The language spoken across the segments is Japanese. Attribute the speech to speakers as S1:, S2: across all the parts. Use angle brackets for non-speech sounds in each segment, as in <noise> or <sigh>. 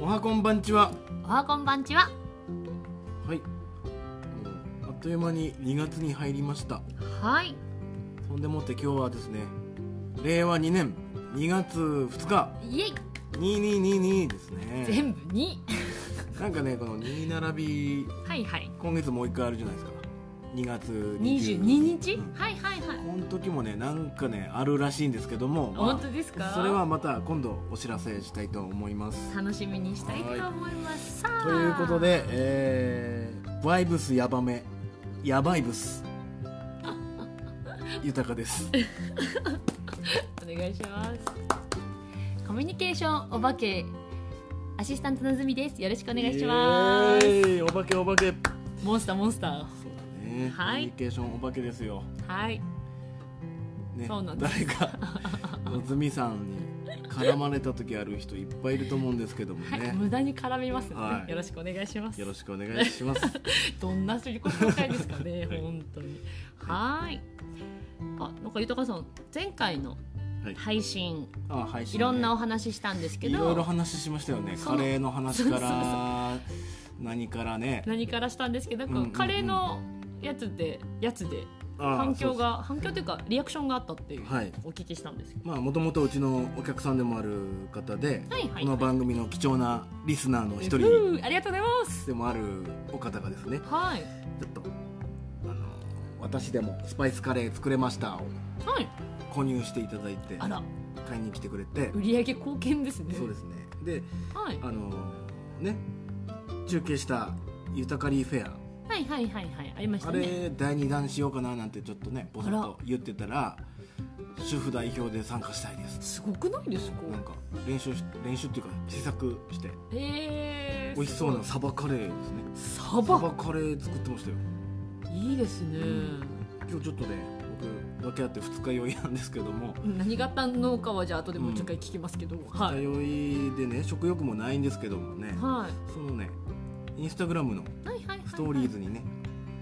S1: おはこんばんちは
S2: おはこんばんちは
S1: はいもうあっという間に2月に入りました
S2: はい
S1: そんでもって今日はですね令和2年2月2日
S2: イエイ
S1: 2222ですね
S2: 全部に
S1: なんかねこの2並び
S2: はいはい
S1: 今月もう一回あるじゃないですか2月
S2: 22
S1: 22
S2: 日、
S1: うんこ
S2: はいはいはい
S1: の時もねなんかねあるらしいんですけども、まあ
S2: 本当ですか
S1: それはまた今度お知らせしたいと思います
S2: 楽しみにしたいと思いますさあ
S1: ということで、えー、バイブスヤバめヤバイブ
S2: <laughs>
S1: ス豊かです
S2: お願いしますコミュニケーションお化けアシスタントのずみですよろしくお願いしま
S1: イエ
S2: す
S1: ーイお化けお化けそう
S2: モンスターモンスター
S1: だね、
S2: はい
S1: コミュニケーションお化けですよ、
S2: はい
S1: ね、
S2: そうなんで
S1: 誰かのずみさんに絡まれた時ある人いっぱいいると思うんですけども
S2: はい、
S1: ね、
S2: 無駄に絡みますので、
S1: はい
S2: よろしくお願いします
S1: よろしくお願いし
S2: <laughs>
S1: ます
S2: どんな自己紹介ですか
S1: <laughs>
S2: ね、
S1: はい
S2: 本当に。はーい。あ、なんか豊さん、前回の
S1: はい
S2: 配信、
S1: あ配信
S2: いろんなお
S1: 話
S2: 話ししたんですけ
S1: いろいろ
S2: ど。
S1: 話しましたよね
S2: そ
S1: カ
S2: の
S1: レーの話か
S2: そうそう
S1: ら何からね
S2: 何からしたんですけど、なんか
S1: うんうんうん
S2: カレーのやつで、やつで、
S1: あ
S2: 反
S1: そう
S2: 響
S1: そう
S2: が、反響というか、リアクションがあったっていう、
S1: はい
S2: お聞きしたんですけ
S1: まあもともとうちのお客さんでもある方で、
S2: ど。はい、はい。
S1: この
S2: はい
S1: 番組の貴重なリスナーの一人
S2: ふうありがとうございます。
S1: でもあるお方がですね
S2: はい。
S1: ちょっとあの私でもスパイスカレー作れましたを
S2: はい。
S1: 購入していただいて
S2: あら、
S1: 買いに来てくれて
S2: 売り上げ貢献ですね。
S1: そうですねで
S2: はい。
S1: あのね中継した「ゆたかりフェア」
S2: はい、はい、はい、はい、ありまし
S1: あ
S2: たね。
S1: れ第2弾しようかななんてちょっとねぼそっ
S2: あら
S1: と言ってたら主婦代表で参加したいです
S2: すごくないですか。
S1: なんか練習し練習っていうか試作して
S2: ええー。
S1: 美味しそうな。サバカレーですね
S2: サ
S1: サ
S2: バ
S1: バ。カレー作ってましたよ
S2: いいですね。
S1: 今日ちょっとね僕分け合って二日酔いなんですけども
S2: 何型農家はじゃあ後でもう一回聞きますけど、は
S1: 二日
S2: い、
S1: 酔いでね食欲もないんですけどもね
S2: は
S1: そのねインスタグラムの
S2: い、はいはいはいはい
S1: ストーリーズにね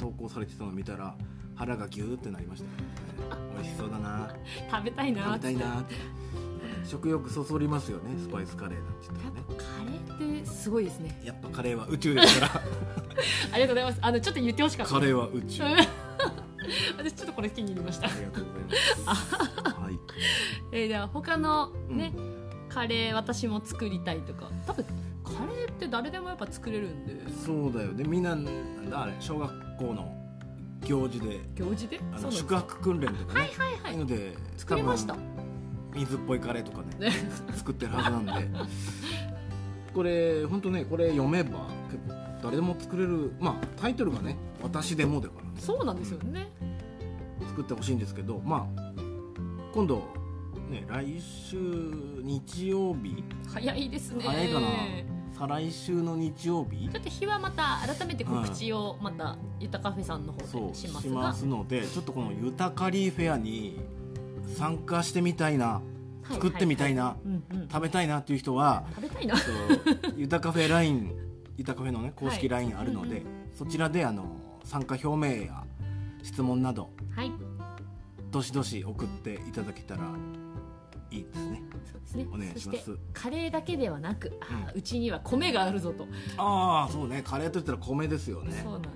S1: 投稿されてたの見たら腹がギューってなりま
S2: <laughs>
S1: したよね美味しそうだな
S2: 食べたいな
S1: 食べたい
S2: やっ
S1: なって食欲そそりますよねスパイスカレーなんて言ったらね
S2: ぱカレーってすごいですね
S1: やっぱカレーは宇宙ですから
S2: ありがとうございますあのちょっと言ってほしかった
S1: カレーは宇宙
S2: うん
S1: あ
S2: 私ちょっとこれ気に入りました、
S1: りがとうござい
S2: <laughs>
S1: ますはい
S2: えー、では他のね、カレー私も作りたいとか多分カレーって誰でもやっぱ作れるんで
S1: そうだよねみんななんだあれ小学校の行事で
S2: 行事で
S1: あ
S2: そ
S1: の
S2: うなんです
S1: 宿泊訓練とかね、
S2: はいはいは
S1: ないので
S2: 作りました
S1: 多分水っぽいカレーと
S2: <laughs>
S1: かね
S2: ね
S1: 作ってるはずなんでこれ本当ねこれ読めば結構誰でも作れるまあタイトルがね「私でも」だから、ね、
S2: そうなんですよね
S1: 作ってほしいんですけどまあ今度ね来週日曜日
S2: 早いですね
S1: 早いかな再来週の日曜日
S2: ちょっと日はまた改めて告知をまたゆたカフェさんの方
S1: そ
S2: で
S1: う
S2: し
S1: し
S2: ますが、
S1: ますのでちょっとこの「ゆたかりフェア」に参加してみたいな作ってみたい
S2: な、
S1: な、
S2: うんうん、
S1: 食べたいなっていう人は
S2: 食べたいな
S1: そうゆたカフェラインゆたカフェのね公式ラインあるので、
S2: うん
S1: そちらであの参加表明や質問など
S2: はい
S1: どしどし送っていただけたらいいですね
S2: そうですね
S1: お願いしま
S2: そして
S1: す
S2: カレーだけではなくあーうちには米があるぞと、
S1: ああそうねカレーといったら米ですよね
S2: そうなんです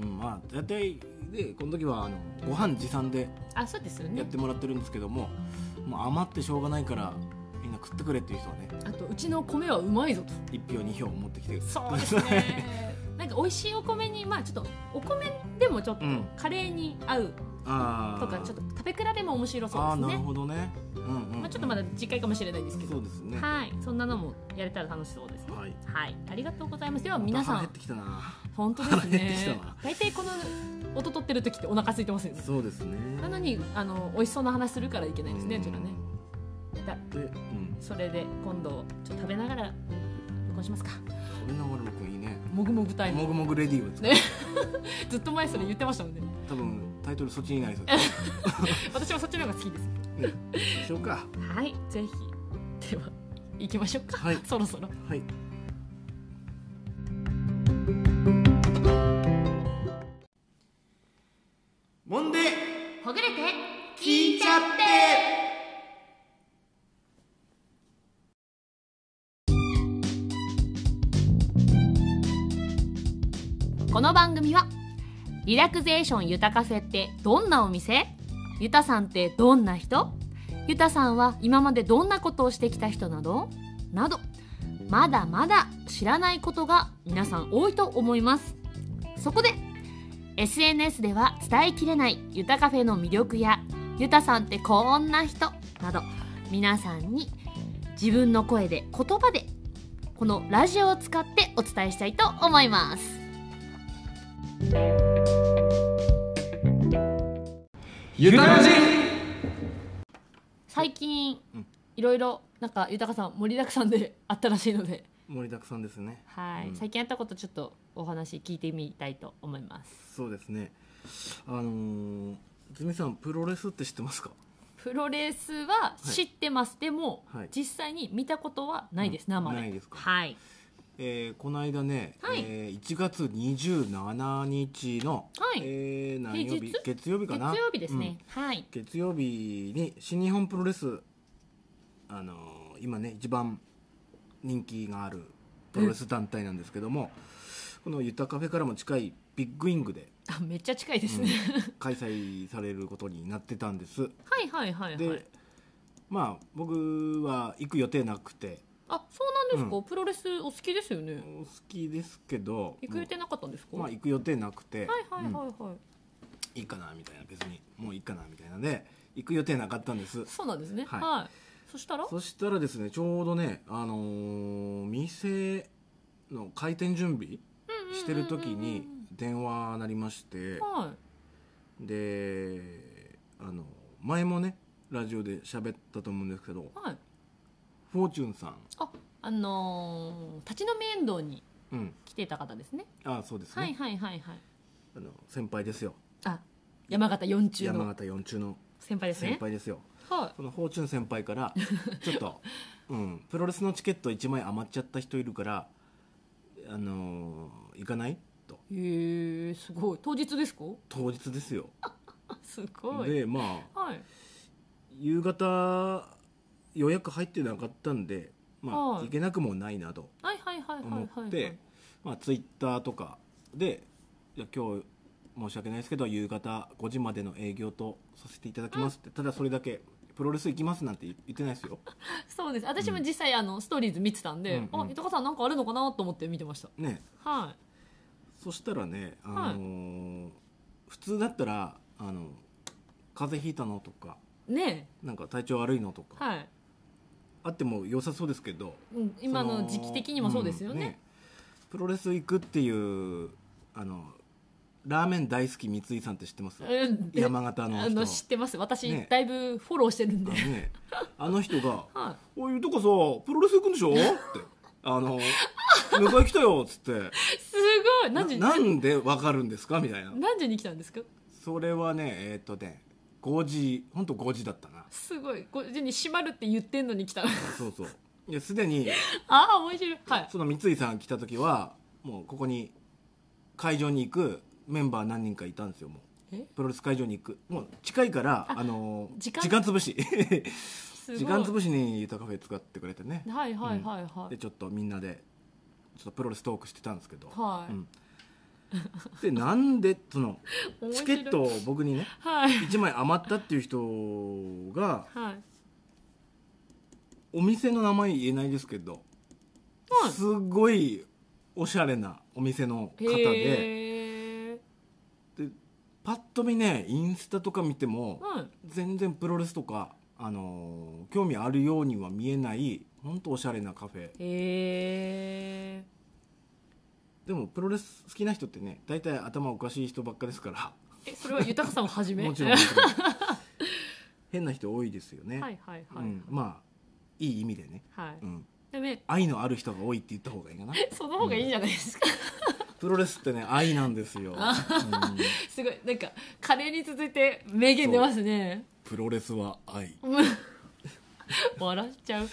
S1: うんまあ大体でこの時はあのご飯持参で
S2: あそうですよ
S1: やっ
S2: ね
S1: てもらってるんですけども,、もう余ってしょうがないからみんな食ってくれっていう人はね
S2: あとうちの米はうまいぞと
S1: 1票2票持ってきて
S2: そうですね <laughs> なんか美味しいお米にまあちょっとお米でもちょっと
S1: うん
S2: カレーに合う
S1: <laughs> あ
S2: とかちょっ
S1: と
S2: と食べ比べも面白そう
S1: ああ
S2: で
S1: な
S2: す
S1: る
S2: ね
S1: ほどね、うんうんうん
S2: まあ、ちょっとまだ次回かもしれないですけど
S1: そうですね
S2: はいそんなのもやれたら楽しそうですね
S1: はい
S2: はい、ありがとうございます。では皆
S1: ま
S2: さ
S1: た腹減っ
S2: ん、
S1: てきたな
S2: 本当です
S1: <laughs> 腹減ってきた
S2: ね
S1: わ。
S2: 大体この音取ってる時ってお腹空いてますよね。
S1: そうですね
S2: なのにあの美味しそうな話するからいけないですね。うちらね。だ
S1: で、うん、
S2: それで今度ちょっと食べながら録音しますか。
S1: 食べながら僕いいね
S2: もぐもぐタイム。
S1: もぐもぐレディーを作る、
S2: ねずっと前それ言ってましたもんね。
S1: 多分タイトルそっちになり
S2: <laughs>
S1: そうです
S2: 私はそっちの方が好きです。
S1: しようか
S2: はい、ぜひでは行きましょうか。
S1: はい
S2: そろそろ。
S1: はいもんで
S2: ほぐれて
S1: 聞いちゃって
S2: この番組はリラクゼーションゆたかせってどんなお店ゆたさんってどんな人ゆたさんは今までどんなことをしてきた人などなどまだまだ知らないことが皆さん多いと思いますそこで SNS では伝えきれないゆたカフェの魅力やゆたさんってこんな人など皆さんに自分の声で言葉でこのラジオを使ってお伝えしたいと思います
S1: ゆたらじ
S2: 最近
S1: うん
S2: いろいろなんか豊さん盛りだくさんで <laughs> あったらしいので、
S1: 盛りだくさんですね
S2: はい
S1: うん
S2: 最近あったことちょっとお話聞いてみたいと思います
S1: そうですねあのー、ズミさんプロレスって知ってますか
S2: プロレスは知ってます、でも、
S1: はい
S2: 実際に見たことはないです、
S1: うん
S2: 生で
S1: ないですか
S2: はい
S1: えー、この間ね、
S2: はい
S1: えー、1月27日の、
S2: はい
S1: えー、何曜日
S2: 平日
S1: 月曜日か
S2: 月
S1: な
S2: 曜日ですね、、はい
S1: うん月曜日に新日本プロレス、あのー今ね一番人気があるプロレス団体なんですけどもこのゆたカフェからも近いビッグイングで
S2: あめっちゃ近いですね、
S1: 開催されることになってたんです
S2: <laughs> はいはいはい
S1: で、
S2: はい
S1: まあ僕は行く予定なくて
S2: あそうなんですか、プロレスお好きですよね
S1: 好きですけど
S2: 行く予定なかったんですか、
S1: もうまあ
S2: はい
S1: 行く予定なくて、
S2: はいはいはい、
S1: うんいいかなみたいな別にもういいかなみたいなで行く予定なかったんです
S2: そうなんですねは、
S1: はいい
S2: そしたら
S1: そしたらですねちょうどねあのー店の開店準備してる時に電話鳴りまして
S2: は
S1: であの前もねラジオで喋ったと思うんですけど
S2: いはい
S1: フォーチュンさん、
S2: ああのー、立ち飲み遠藤に
S1: うん、
S2: 来てた方ですね
S1: あそうですね、
S2: はいはいはいはい
S1: あの先輩ですよ
S2: あ山形四中
S1: 山
S2: の
S1: 形四中の
S2: 先輩です
S1: 先
S2: ね
S1: 輩ですよ
S2: は
S1: そのフォーチュン先輩から
S2: <laughs>
S1: ちょっと、うん、プロレスのチケット1枚余っちゃった人いるからあのー行かないと
S2: いへえすごい当日ですか
S1: 当日ですよ
S2: あすごい
S1: でまあ
S2: はい
S1: 夕方予約入ってなかったんでまあ、
S2: はい
S1: 行けなくもないなと
S2: はいはいはいはいはい
S1: 思
S2: はい
S1: って、まあ、ツイッターとかでいや今日申し訳ないですけど夕方5時までの営業とさせていただきますって、ただそれだけプロレス行きますなんて言ってないですよ
S2: そうです私も実際あのストーリーズ見てたんで、
S1: うんうん
S2: あ豊川さんなんかあるのかなと思って見てました
S1: ね
S2: は
S1: そしたらね、あのー普通だったら、あの風邪ひいたのとか
S2: いね
S1: なんか体調悪いのと
S2: え
S1: か、
S2: はい、
S1: あっても良さそうですけど
S2: うん、今
S1: そ
S2: の時期的にもそうですよ
S1: うん
S2: ね,、
S1: プロレス行くっていうあのラーメン大好き三井さんって知ってます
S2: うんで
S1: 山形の
S2: あ
S1: 人
S2: の知ってます私、
S1: ね
S2: だいぶフォローしてるんで、
S1: あのねあの人が
S2: は
S1: 「
S2: い
S1: おいとかさプロレス行くんでしょ?」って「あの迎え来たよ」っつって
S2: すごい何時
S1: ななんでわかるんですか?」みたいな
S2: 何時に来たんですか
S1: それはねえーっとね5時本当5時だったな
S2: すごい5時に閉まるって言ってんのに
S1: <laughs>
S2: 来た
S1: そうそういやすでに
S2: ああ面白いはい
S1: その三井さんが来た時はもうここに会場に行くメンバー何人かいたんですよもう
S2: え
S1: プロレス会場に行くもう近いからあのー
S2: 時間
S1: 潰し
S2: すごい
S1: 時間潰しにゆたカフェ使ってくれてね
S2: はいはいはいは
S1: で
S2: い、
S1: ちょっとみんなでちょっとプロレストークしてたんですけど、
S2: はい
S1: うんでなんでその
S2: 面白い
S1: チケットを僕にね
S2: はい
S1: 1枚余ったっていう人が
S2: はい
S1: お店の名前言えないですけど、
S2: はい
S1: すごいおしゃれなお店の方で
S2: へえ
S1: でパッと見ねインスタとか見ても
S2: はい
S1: 全然プロレスとか、あのー興味あるようには見えない本当おしゃれなカフェ
S2: へえ
S1: でもプロレス好きな人ってね大体頭おかしい人ばっかですから
S2: えそれは豊さんをはじめ
S1: もちろんもちろん変な人多いですよね、
S2: <laughs> はいはいはい、
S1: うん、まあいい意味でね、
S2: はい、
S1: うん、
S2: でね
S1: 愛のある人が多いって言った方がいいかな
S2: その方がいいんじゃないですか、
S1: プロレスってね愛なんですよ、うん
S2: すごいなんかカレーに続いて名言出ます
S1: <laughs>
S2: ね
S1: プロレスは愛
S2: うん笑っちゃう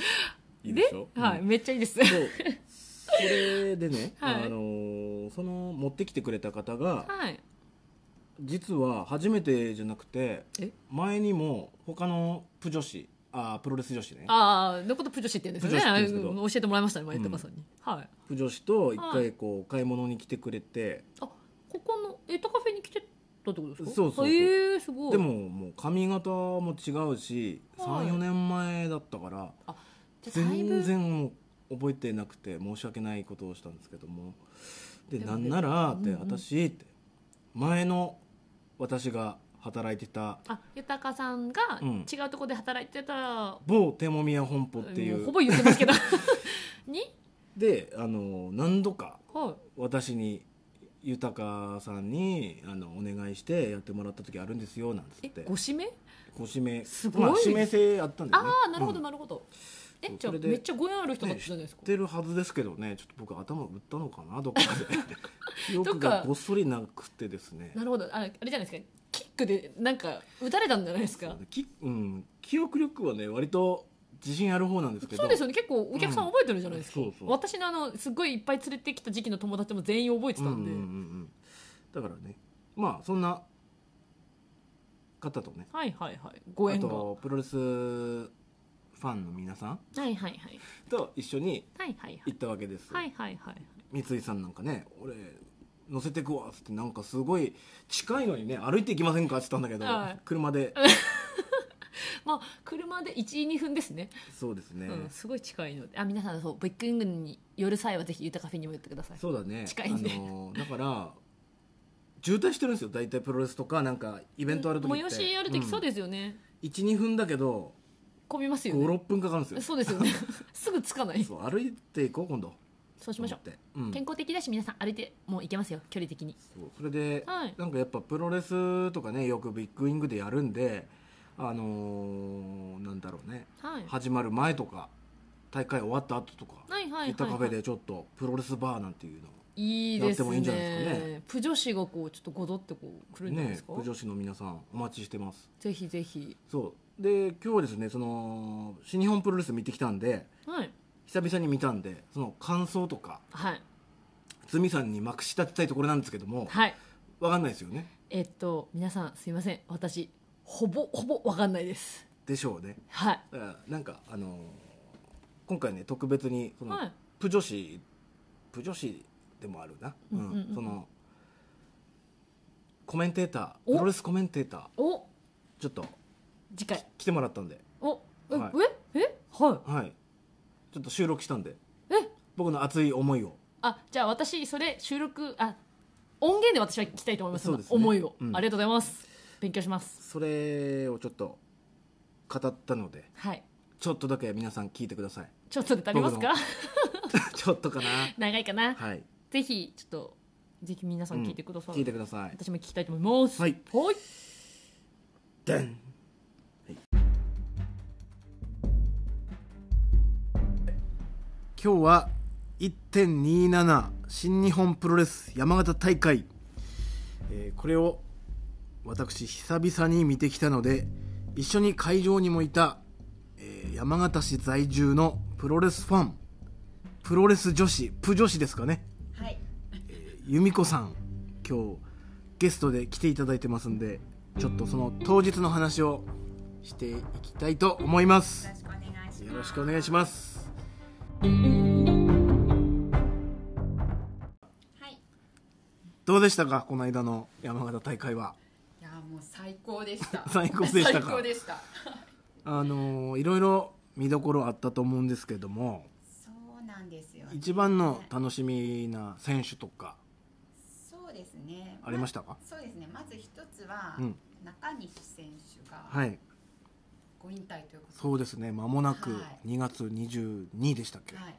S1: いいでしょ
S2: はい、
S1: うん
S2: めっちゃいいです
S1: そうそれでね、
S2: <laughs> はい
S1: あのーその持ってきてくれた方が
S2: はい
S1: 実は初めてじゃなくて
S2: え
S1: 前にも他のプ女子あプロレス女子ね
S2: ああのことプジョシって言うんですよ
S1: プジョシって言うんで
S2: ね
S1: すけど
S2: あの教えてもらいましたね前豊さんに、はい
S1: プ女子と一
S2: は
S1: 回こう買い物に来てくれて
S2: あユタカフェに来てたってことですか
S1: そうそうそう
S2: えー、すごい
S1: でももう髪型も違うし
S2: はい
S1: 34年前だったから
S2: じゃあだいぶ
S1: 全然もう覚えてなくて申し訳ないことをしたんですけどもで
S2: でも
S1: な
S2: ね
S1: んならって
S2: うんうん
S1: 私って前の私が働いてた
S2: あ豊さんが
S1: うん
S2: 違うところで働いてたら、
S1: 某手もみや本舗ってい
S2: もうほ
S1: う
S2: ぼ言ってますけど <laughs> に、
S1: であの何度か
S2: はい、
S1: 私に豊さんにあのお願いしてやってもらった時あるんですよなんつ
S2: え
S1: って
S2: ご指名
S1: ご指名
S2: すごい
S1: まあ、指名制あったんだよね
S2: ああなるほど
S1: うん
S2: なるほど、
S1: そ
S2: え
S1: う
S2: じゃ
S1: そ
S2: あ
S1: れで
S2: めっちゃご縁ある人だっ
S1: ね
S2: たじゃないです
S1: 知
S2: か、
S1: ってるはずですけどねちょっと僕頭打ったのかな
S2: <laughs>
S1: どっかで記憶
S2: どっ
S1: が
S2: か
S1: ごっそりなくてですね
S2: なるほどああれじゃないですかキックでなんか打たれたんじゃないですか
S1: き、うん、記憶力はね割と自信ある方なんですけど
S2: そうですよね結構お客さん
S1: うん
S2: 覚えてるじゃないですか、
S1: そうそう
S2: 私のあのすっごいいっぱい連れてきた時期の友達も全員覚えてたんで、
S1: うんうんうんうんだからねまあそんな方とね
S2: はいはいはいご
S1: あ
S2: 縁がは
S1: とプロレスファンの皆さん
S2: いはいはい
S1: と一緒に
S2: はいはいはい
S1: 行ったわけです、
S2: はいはいはい
S1: 三井さんなんかね俺乗せてくわっつってなんかすごい近いのにね歩いて行きませんかっつったんだけど、
S2: はい
S1: 車で
S2: まあ車で12分ですね、
S1: そうですね、
S2: うん、すごい近いのであ皆さんそうブッキングに寄る際はぜひユタカフェにも寄ってください
S1: そうだね
S2: 近いんで
S1: あのだから渋滞してるんですよ大体プロレスとかなんかイベントある時って
S2: 催しある時そうですよね、
S1: す12分だけど
S2: 混みますよね
S1: 56分かかるんですよ
S2: そうですよ
S1: <laughs>
S2: ねすぐ着かないそ
S1: そう歩いていこう今度
S2: うしましょう
S1: と思って、う
S2: 健
S1: ん、
S2: 康的だし皆さん歩いてもう行けますよ距離的に
S1: そうそれで、
S2: はい
S1: なんかやっぱプロレスとかねよくビッグウィングでやるんであのーなんだろうね
S2: はい
S1: 始まる前とか大会終わった後とか
S2: はいはいはいはい
S1: 行ったカフェでちょっとプロレスバーなんていうの
S2: いい
S1: や
S2: ですね
S1: ってもいいんじゃないですかね
S2: プ女子がこうちょっとごどってこう来るんじゃないで
S1: ね
S2: すか、
S1: 不女子の皆さんお待ちしてます
S2: ぜひぜひ
S1: そうで今日はですねその新日本プロレス見てきたんで
S2: はい
S1: 久々に見たんでその感想とか
S2: はい
S1: 鷲見さんにまくし立てたいところなんですけども
S2: はい
S1: 分かんないですよね
S2: えっと皆さんすいません私ほぼほぼわかんないです
S1: でしょうね
S2: はい
S1: だからなんかあのー今回ね特別にその、
S2: はい
S1: プ女子プ女子でもあるな、
S2: うんうんうんうん
S1: そのコメンテーター
S2: お
S1: プロレスコメンテーター
S2: お
S1: ちょっと
S2: 次回
S1: 来てもらったんで
S2: おえ、
S1: は
S2: ええは
S1: は
S2: い
S1: いちょっと収録したんで
S2: え
S1: 僕の熱い思いを
S2: あじゃあ私それ収録あ音源で私は聞きたいと思います
S1: そうですね
S2: 思いを、
S1: うん
S2: ありがとうございます勉強します
S1: それをちょっと語ったので
S2: はい
S1: ちょっとだけ皆さん聞いてください <laughs>
S2: ちょっとで足りますか
S1: ちょっとかな
S2: 長いかな、
S1: はい
S2: ぜひちょっとぜひ皆さん聞いてください、
S1: 聞いてください
S2: 私も聞きたいと思います
S1: はい
S2: はい
S1: でんはい今日は1.27新日本プロレス山形大会、えーこれを私久々に見てきたので一緒に会場にもいた、えー山形市在住のプロレスファンプロレス女子プ女子ですかね
S3: はい。
S1: 由美子さん今日ゲストで来ていただいてますんでちょっとその当日の話をしていきたいと思います
S3: よろしくお願いします。
S1: よろしくお願いします
S3: はい。い
S1: どうでしたかこの間の山形大会は。
S3: やもう最高でした
S1: <laughs> 最高でしたか
S3: 最高でした。
S1: <laughs> あのーいろいろ見どころあったと思うんですけども
S3: そうなんですよ。
S1: 一番の楽しみな選手とか
S3: そうですね。
S1: ありましたか
S3: まそうですね。まず一つは、
S1: うん
S3: 中西選手が
S1: はい
S3: ご引退ということで。
S1: そうですね間もなく
S3: はい
S1: 2月22でしたっけ、
S3: はい。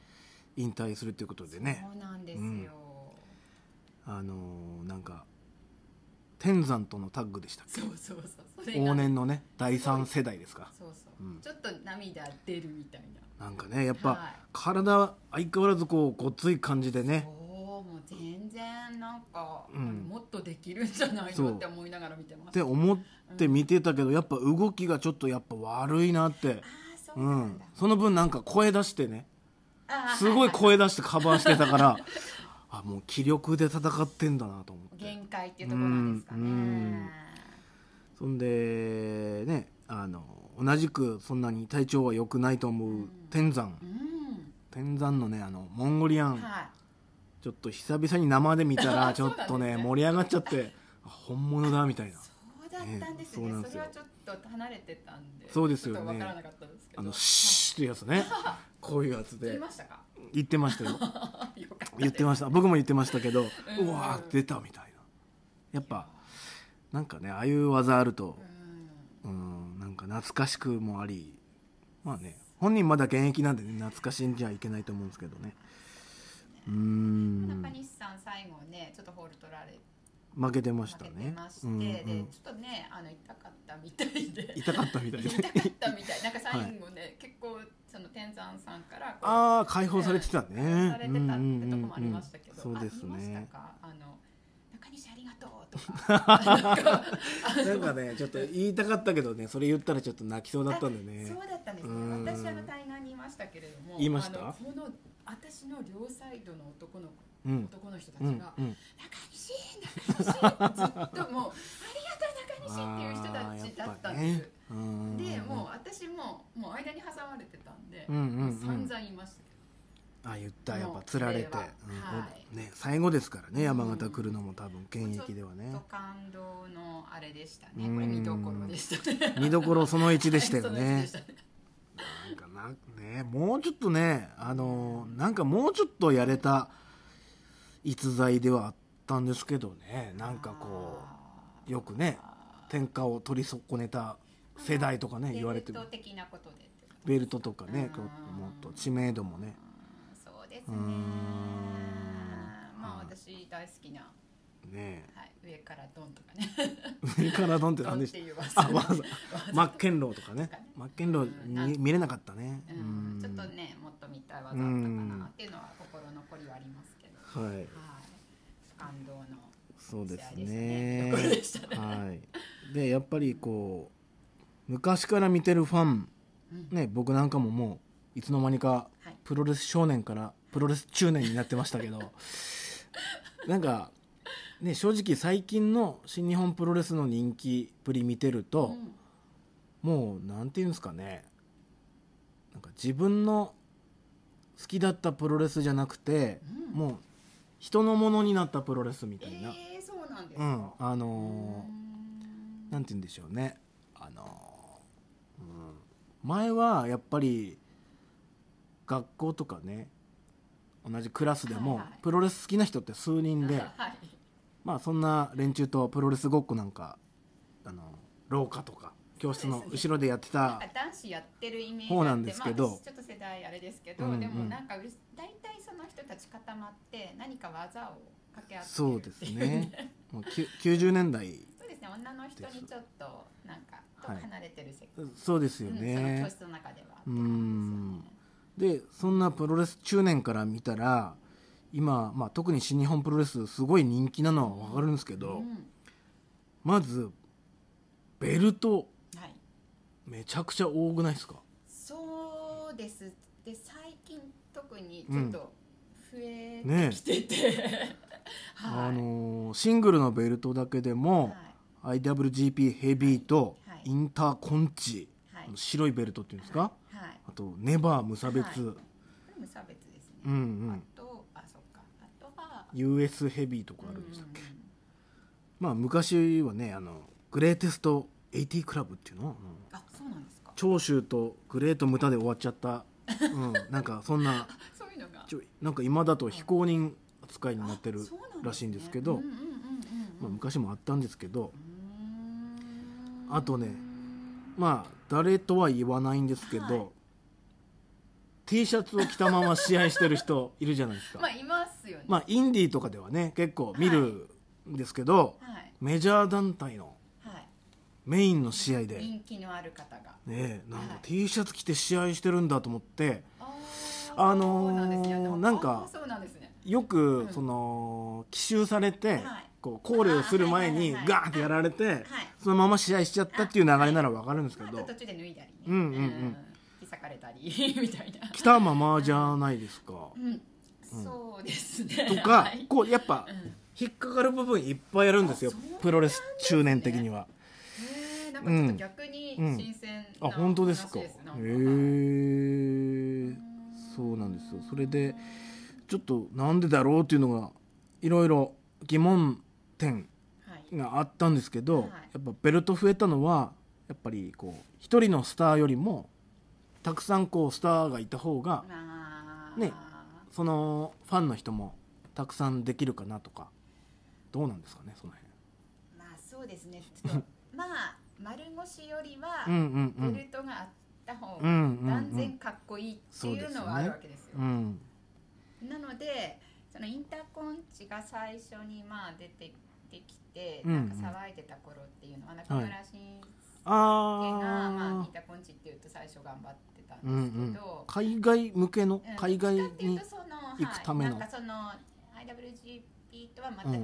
S1: 引退するということでね
S3: そうなんですよ。
S1: うんあのーなんか天山とのタッグでしたっけ
S3: そうそうそう。それが
S1: 往。年のね第3世代ですか
S3: そうそう、
S1: うん
S3: ちょっと涙出るみたいな。
S1: なんかねやっぱ、
S3: はい
S1: 体相変わらずこうごっつい感じでね
S3: おおもう全然なんか、
S1: うん
S3: もっとできるんじゃない
S1: そう
S3: のって思いながら見てま
S1: っ
S3: す。
S1: て
S3: あ
S1: 思って見てたけどやっぱ動きがちょっとやっぱ悪いなって
S3: あそううなん
S1: ん
S3: だ。
S1: その分なんか声出してね
S3: あー
S1: すごい声出してカバーしてたからあもう気力で戦ってんだなと思って
S3: 限界っていうところなんですかね。
S1: うんそんでねあの同じくそんなに体調は良くないと思う天山
S3: うん、
S1: 天山のねあのモンゴリアン
S3: は
S1: ちょっと久々に生で見たらちょっと
S3: <laughs> そうなん
S1: ね
S3: ですね
S1: 盛り上がっちゃってあ本物だみたいな
S3: そうだったんです
S1: ねそ
S3: ね。
S1: うなんで
S3: そ
S1: す
S3: れ
S1: よ
S3: はちょっと離れてたんで。
S1: そうですよね
S3: ちょっとわからなかったですけど。
S1: あの
S3: はい
S1: シーっていうやつ
S3: <laughs>
S1: ねこういうやつ
S3: 聞き
S1: で
S3: ましたか。
S1: 言ってましたよ
S3: よかったです。
S1: 言ってました僕も言ってましたけど
S3: うん
S1: うわー出たみたいなやっぱなんかねああいう技あると
S3: うん
S1: うんなんか懐かしくもありまあね本人まだ現役なんでね懐かしんじゃいけないと思うんですけどねうーん
S3: 中西さん最後ねちょっとホール取られ
S1: 負けてま
S3: 負
S1: した
S3: け
S1: ね
S3: てまして、
S1: うんうん
S3: でちょっとねあの痛かったみたいで
S1: 痛かったみたいで
S3: 痛かったみたいなんか最後ね、結構その天山さんからこ
S1: <laughs>
S3: う
S1: ああ解放されてたね
S3: されてたってとこもありましたけど、
S1: うんうんうんそうです
S3: ありまし
S1: ね
S3: たかあの中西ありがとうとかなんかあの
S1: なんかねちょっと言いたかったけどねそれ言ったらちょっと泣きそうだったんで
S3: そ
S1: ね
S3: うだったんですね
S1: うん
S3: 私あの対岸にいましたけれども
S1: いました
S3: あのこの私の両サイドの男の子
S1: うん
S3: 男の人たち
S1: う
S3: が、
S1: んうん
S3: 中西中西ずっともうありがとう中西っていう人
S1: あーや
S3: た
S1: っ
S3: ちだっ
S1: ぱ
S3: たんです、
S1: ねうん
S3: でもう私ももう間に挟まれてたんで、
S1: うんうんうん
S3: 散々言いました
S1: あ言ったやっぱ釣られて、
S3: もうこれは
S1: うん
S3: はい
S1: ね最後ですからね
S3: うん
S1: 山形来るのも多分現役では
S3: けど、
S1: ね
S3: と感動のあれでしたね
S1: うん
S3: これ見どころでしたね
S1: 見どころその1でしたよ
S3: <laughs> そうで
S1: ね
S3: したね
S1: なんかなねもうちょっとねあのーなんかもうちょっとやれた逸材ではあったんですけどねなんかこ
S3: あ
S1: うよくね
S3: ー
S1: 天下を取り損ねた世代とかね
S3: デ
S1: 言われて
S3: ビット的なことでってこと
S1: ベルトとかね
S3: うん
S1: もっと知名度もね
S3: うんそうです
S1: うー
S3: ね
S1: ん
S3: まあ私大好きな、 <laughs>
S1: ね
S3: はい、上からドンとかね
S1: え上からドンって
S3: ド
S1: 何
S3: ン
S1: で
S3: っ
S1: してた
S3: いう
S1: あ
S3: 技
S1: わざマッケンローとかね
S3: とかね
S1: マッケンロ
S3: うんな
S1: ーに見れなかったね
S3: う
S1: うんん
S3: ちょっとねもっと見たい技だったかなっていうのは心残りはありますけど、
S1: はい
S3: はい、感動の
S1: そうで
S3: 試
S1: す
S3: 合でしたね。
S1: ね
S3: ところでしたね。
S1: はい、でやっぱりこう昔から見てるファン、
S3: うん
S1: ね、僕なんかももういつの間にか
S3: はい
S1: プロレス少年からプロレス中年になってましたけど
S3: <laughs>
S1: なんか、ね、正直最近の新日本プロレスの人気っぷり見てる
S3: う
S1: と、
S3: ん
S1: もうなんていうんですかねなんか自分の好きだったプロレスじゃなくて、
S3: うん
S1: もう人のものになったプロレスみたいな。
S3: えー、そうなんで
S1: う
S3: すか。
S1: ん、あ
S3: うー
S1: のー
S3: ん
S1: なんて言うんでしょうねあのーうん前はやっぱり学校とかね同じクラスでも、
S3: はいはい
S1: プロレス好きな人って数人で
S3: はい。
S1: まあそんな連中とプロレスごっこなんかあの廊下とか教室の後ろでやって
S3: な
S1: た、
S3: んか男子やってるイメージ
S1: そうなんですけど
S3: まあ、私ちょっと世代あれですけど、
S1: うんうん
S3: でもなんかうす大体その人たち固まって何か技を掛け合ってるって
S1: そうで
S3: い
S1: すねもうきゅ90年代
S3: そうですね女の人にちょっとなんかと
S1: はい
S3: 離れてる世界、
S1: そうですよ
S3: うん
S1: ね、
S3: その教室の中ではって
S1: うー
S3: こと
S1: ん
S3: ですよね
S1: でそんなプロレス中年から見たら今、まあ、特に新日本プロレスすごい人気なのは分かるんですけど、
S3: うん
S1: まずベルト
S3: はい
S1: めちゃくちゃ多くないですか
S3: そうですで最近特に
S1: う
S3: ちょ
S1: ん
S3: っと増え
S1: ねえ
S3: てきてて、 <laughs> はい
S1: あのーシングルのベルトだけでも、IWGP ヘビーと
S3: はいはい
S1: インターコンチ、
S3: はいはい
S1: あの白いベルトっていうんですか、
S3: はい
S1: あとネバー無差別、
S3: はこれ無差別ですね、
S1: うんうん
S3: あとあそっかあとは
S1: US ヘビーとかあるんでしたっけ、
S3: うん
S1: まあ昔はねあのグレーテスト80クラブっていうの、うん
S3: あそうなんですか
S1: 長州とグレート無駄で終わっちゃった、うん、なんかそんな
S3: そういうのが
S1: ちょなんか今だと非公認扱いになってる
S3: あそうなね
S1: らしいんですけど
S3: うんうんうんう
S1: ま
S3: ん
S1: あ、
S3: うん
S1: 昔もあったんですけど
S3: うーん
S1: あとねまあ誰とは言わないんですけど、
S3: はい
S1: T シャツを着たまま試合してる人いるじゃないですか、ま
S3: まあ
S1: あ、
S3: いますよね、
S1: インディーとかではね結構見るんですけど、
S3: はい
S1: メジャー団体の
S3: はい
S1: メインの試合で、ね
S3: 人気のある方が
S1: え、なん
S3: は
S1: か
S3: い
S1: T シャツ着て試合してるんだと思って。
S3: ー
S1: あのー
S3: そうなんですね
S1: なんか
S3: あーそうなんですね
S1: よ
S3: う
S1: く
S3: ん
S1: その奇襲されて、
S3: はい
S1: こう考慮をする前に
S3: あはいはいはい
S1: ガーンってやられて、
S3: はい
S1: そのまま試合しちゃったっていう流れならわかるんですけ
S3: まああ
S1: ど、
S3: と途中で脱いだりね
S1: うんうんうん
S3: 引き裂かれたり <laughs> みたいな
S1: 来たままじゃないですか、
S3: うんそうですね
S1: とか、
S3: <laughs> はい
S1: こうやっぱ
S3: うんへ
S1: 引っかかる部分いっぱいあるんですよ
S3: あそうなんですね
S1: プロレス中年的には、
S3: えなんかちょっと逆に
S1: うん
S3: 新鮮な
S1: あ本当ですか
S3: 話
S1: へ
S3: なん
S1: え
S3: はい
S1: そうなんですよそれでちょっとなんでだろうっていうのがいろいろ疑問点
S3: はい
S1: があったんですけど、
S3: はい
S1: やっぱベルト増えたのはやっぱりこう一人のスターよりもたくさんこうスターがいた方が
S3: まあ
S1: ねそのファンの人もたくさんできるかなとかどうなんですかねその
S3: まあそうですねちょっとまあ丸腰よりは
S1: 辺うんうんう
S3: ベ
S1: ん
S3: ルトがあった方
S1: う
S3: が
S1: んうん
S3: 断然かっこいいっていうのはあるわけですよ
S1: う。ん
S3: なのでそのインターコンチが最初にまあ出てきて、
S1: うんうん
S3: なんか騒いでた頃っていうのは中村慎介が、まあ、
S1: あ
S3: イン
S1: あ
S3: ターコンチっていうと最初頑張ってたん
S1: うんう
S3: ですけ
S1: ん
S3: ど、
S1: 海外向けの
S3: うん
S1: 海外
S3: どっちかっていう
S1: に
S3: とその
S1: 行くための
S3: はい、なんかその IWGP とはまた違う、
S1: うん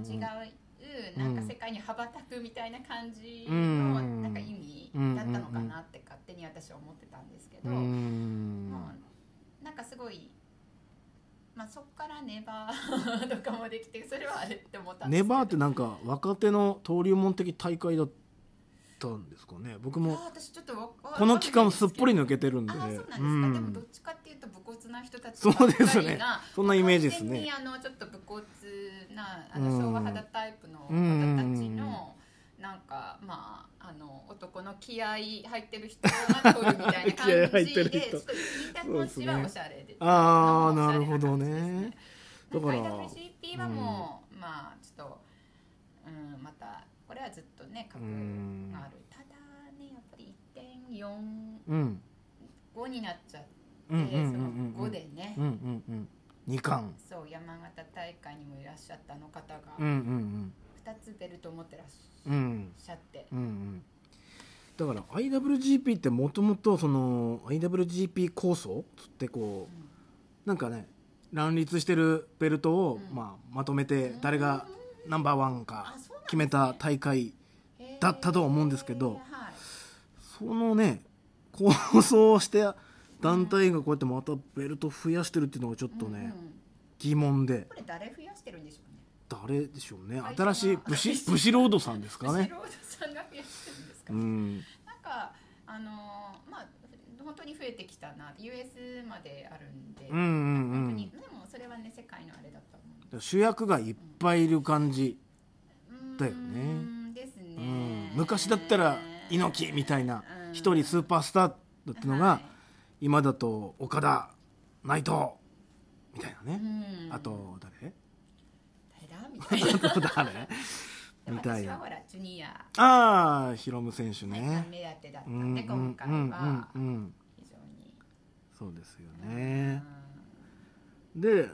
S1: う
S3: なんんか世界に羽ばたくみたいな感じ
S1: うんうん
S3: の
S1: うん
S3: なんか意味だったのかなって勝手に私は思ってたんですけ
S1: う
S3: ど、
S1: ーん
S3: もうなんかすごい、まあ、そこからネバー <laughs> とかもできてそれはあれって思ったんです
S1: ネ
S3: けど
S1: バーってなんか若手の登竜門的大会だったんですかね僕
S3: いや
S1: も
S3: 私ちょっとわか
S1: この期間すっぽり
S3: わ
S1: 抜けてるんで
S3: かんないですけどあーそう
S1: う
S3: なんですか、でもどっ
S1: ん
S3: ちかっていうと武骨な人たち
S1: そうですね
S3: ばっかりな
S1: そんなイメージです
S3: 完全に
S1: ね
S3: あのちょっと武骨なあ
S1: うん
S3: の昭和肌タイプの方たちのなんかまああの男の気合い入ってる人が取るみたい
S1: <laughs>
S3: な
S1: 気合い
S3: 感
S1: 入っ
S3: じ
S1: て
S3: で
S1: る
S3: ち
S1: 人
S3: ょっと言いたい感じはおしゃれで
S1: ああ
S3: ま
S1: な
S3: おしゃ
S1: る
S3: れ
S1: ほど
S3: 感じです
S1: ね
S3: な
S1: だ
S3: ん
S1: から
S3: IWGP はもう、まあちょっと、うん、またこれはずっとね格
S1: うん
S3: があるただねやっぱり1.45
S1: うん
S3: になっちゃって、
S1: うんうんうんうん
S3: その5でね、
S1: うんうんうん二冠
S3: そう山形大会にもいらっしゃったあの方が
S1: うんうん
S3: 2つベルトを持ってらっ
S1: うんうん
S3: しゃって、
S1: うんうんだから IWGP ってもともとその IWGP 構想つってこ
S3: うん
S1: うなんかね乱立してるベルトを
S3: うん
S1: まあまとめて誰がナンバーワン
S3: あ
S1: か
S3: そうなんですね
S1: 決めた大会だったとは思うんですけど
S3: へーはい
S1: そのね構想をして団体がこうやってまたベルト増やしてるっていうのがちょっとね、
S3: うんうん
S1: 疑問で
S3: これ誰増やしてるんでしょうね
S1: 誰でしょうね
S3: 会社
S1: 新
S3: が
S1: しいブシブシロードさんですかね
S3: ロードさんが増やしてるんですか
S1: う
S3: ね
S1: ん
S3: なんかあのーまあ本当に増えてきたな US まであるんで、
S1: うんうんう
S3: 本当に
S1: ん
S3: でもそれはね世界のあれだと思う
S1: 主役がいっぱいいる感じ、
S3: うん
S1: だよね
S3: ですね、
S1: うん、昔だったら猪木みたいな一人スー
S3: プ
S1: パースターだったのが今だと岡田内藤みたいなねあと誰 <laughs>
S3: 誰だみたいな
S1: あと誰 <laughs> みたい
S3: 私は
S1: な
S3: ほらジュニア
S1: ああヒロム選手
S3: が
S1: ね
S3: 目当てだった
S1: うんんう
S3: で、
S1: ん
S3: 今
S1: う
S3: 回
S1: ん
S3: は
S1: うんうん
S3: 非常に、
S1: そうですよ
S3: う
S1: ね
S3: ん
S1: で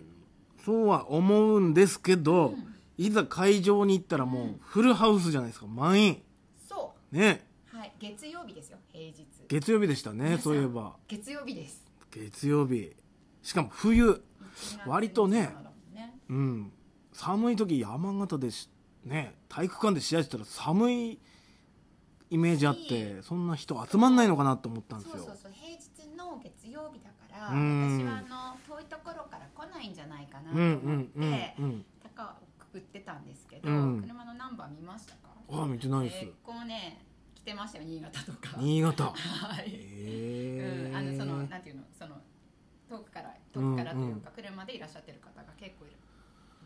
S1: そうは思うんですけど、
S3: うん
S1: いざ会場に行ったらもううフルハウスじゃないですか満員
S3: そ
S1: ね
S3: うはい月曜日ですよ平日
S1: 月曜日でしたね
S3: 皆さん
S1: そういえば
S3: 月曜日です
S1: 月曜日しかも冬割とね
S3: 1月のね
S1: うん寒い時山形でしね体育館で試合してたら寒いイメージあっ
S3: い
S1: てそんな人集まんないのかなと思ったんです
S3: そうそ
S1: よ
S3: うそう平日の月曜日だから
S1: うん
S3: 私はあの遠いところから来ないんじゃないかな
S1: う
S3: と
S1: んう
S3: 思っ
S1: んうん
S3: て
S1: うん
S3: 高をくくってたんですけど、
S1: うん
S3: 車のナンバー見ましたか
S1: ああ見てないです
S3: 結構ね来てましたよ新潟とか
S1: 新潟
S3: はい、
S1: え
S3: うん、
S1: え
S3: あのそのなんていうのその遠くから遠くからというか、車でいらっしゃってる方が結構いる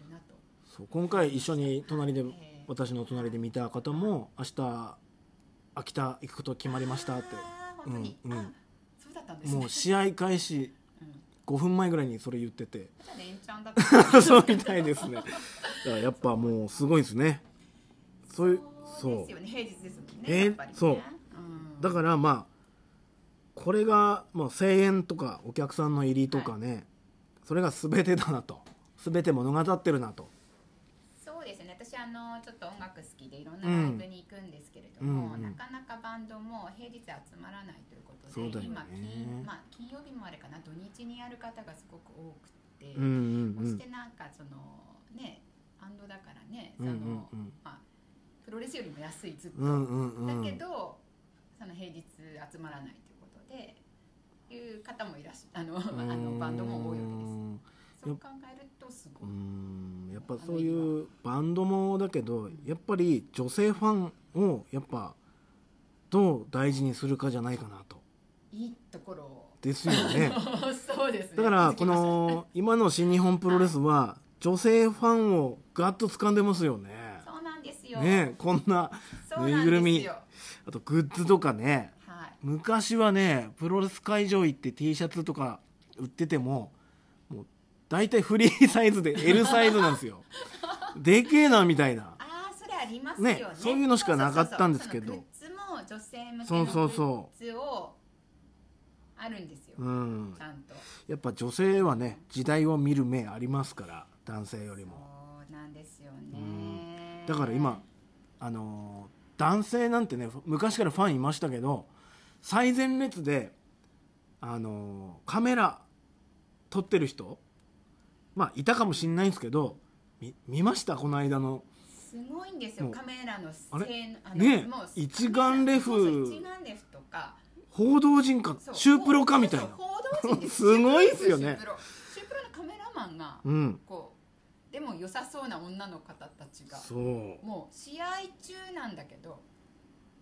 S3: いるなと、
S1: そう今回一緒に隣で
S3: えー
S1: 私の隣で見た方も明日秋田行くこと決まりましたって
S3: あー本当に、
S1: うんうん
S3: あそうだったんですね
S1: もう試合開始
S3: うん
S1: 5分前ぐらいにそれ言ってて <laughs>
S3: じゃあ連チャンだった
S1: そうみたいですねだからやっぱもうすごいですねそういう
S3: そ
S1: そうう
S3: ですよね平日ですもんね、
S1: えー
S3: やっぱりね
S1: そう、
S3: うん、
S1: だからまあこれがもう声援とかお客さんの入りとかね、それが全てだなと全て物語ってるなと
S3: そうですね私あのちょっと音楽好きでいろんなライブに行くんですけれども、
S1: うんうんうん
S3: なかなかバンドも平日集まらないということで
S1: そうだよね
S3: 今金,、まあ、金曜日もあれかな土日にやる方がすごく多くて、
S1: うんう
S3: そし
S1: ん
S3: てなんかそのねアンドだからね
S1: う
S3: そ
S1: んう
S3: の、
S1: んうん
S3: まあ、プロレスよりも安いずっと、
S1: うんうんうんうん
S3: だけどその平日集まらないということでいう方もいらっしゃあのあのバンドも多いわけです。そう考えるとす
S1: う
S3: ご
S1: ー
S3: い、
S1: んやっぱそういうバンドもだけどやっぱり女性ファンをやっぱどう大事にするかじゃないかなと
S3: いいところを
S1: ですよね
S3: <laughs> そうですね。
S1: だから
S3: 気
S1: こ
S3: づきました
S1: の今の新日本プロレスは女性ファンをガッと掴んでますよね
S3: そうなんですよ。よ。
S1: ねえこんな
S3: そう
S1: ぬ
S3: ないん
S1: ぐる
S3: で
S1: み
S3: すよ。
S1: あとグッズとかね
S3: はい。
S1: 昔はねプロレス会場行って T シャツとか売っててももう大体フリーサイズで L サイズなん
S3: <laughs>
S1: ですよでけえなみたいな
S3: ああそれありますよね
S1: ねそういうのしかなかったんですけど
S3: そうそうそうグッズも女性向け
S1: そ
S3: の
S1: う
S3: グ
S1: そうそ
S3: ッズをあるんですよ、
S1: うん
S3: ちゃんと
S1: やっぱ女性はね時代を見る目ありますから男性よりも
S3: そうなんですよ
S1: ん
S3: ね
S1: だから今あのー男性なんてね昔からファンいましたけど最前列であのーカメラ撮ってる人まあいたかもしんないんですけどみ見ましたこの間の
S3: すごいんですよ
S1: もう
S3: カメラの
S1: あれ
S3: 性能あ
S1: ねえ
S3: もう
S1: 一眼レフ
S3: そうそう一眼レフとか
S1: 報道陣か
S3: そう
S1: シュープロかみたいな
S3: そう報道陣で
S1: すごいっすよね
S3: シュープロシュープロのカメラマンが
S1: うん
S3: こうでも良さそうな女の方たちが
S1: そう
S3: もう試合中なんだけど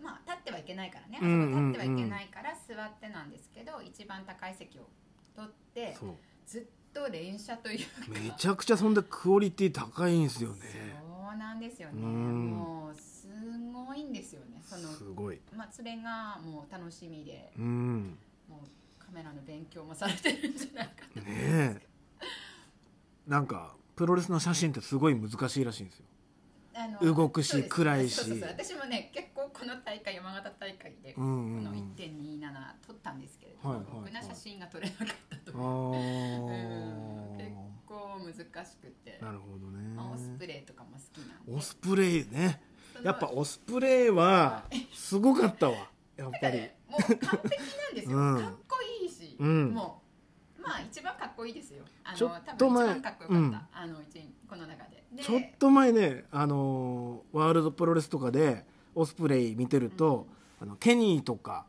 S3: まあ立ってはいけないからね、
S1: うんうんうん
S3: あそこ立ってはいけないから座ってなんですけど一番高い席を取って
S1: そう
S3: ずっと連射というか
S1: めちゃくちゃそんでクオリティ高いんですよね
S3: そうなんですよね
S1: うん
S3: もうすごいんですよねその
S1: すごい
S3: まあそれがもう楽しみで
S1: うん
S3: もうカメラの勉強もされてるんじゃないかな、
S1: ねえなんかプロレスの写真ってすごい難しいらしいんですよ
S3: あの
S1: 動くし
S3: そうです
S1: 暗いし
S3: そうそうそう私もね結構この大会山形大会で、
S1: うんうん
S3: こ
S1: う
S3: の
S1: ん
S3: 1.27撮ったんですけれども、
S1: はいはいはい
S3: 僕の写真が撮れなかったと
S1: あ
S3: いううん結
S1: ー
S3: 構難しくて、
S1: なるほど
S3: まあオス
S1: ね
S3: プレイとかも好きなんで
S1: オスプレイね
S3: その
S1: やっぱオスプレイはすごかったわやっぱり
S3: もう完璧なんですよ、
S1: うん
S3: かっこいいし、
S1: うん
S3: もうまあ一番かっこいいですよあの
S1: ちょっと
S3: 多分
S1: 前
S3: 一番かっこよかった、
S1: うん
S3: あの一この中でで
S1: ちょっと前ね、あのーワールドプロレスとかでオスプレイ見てると、あのケニーとか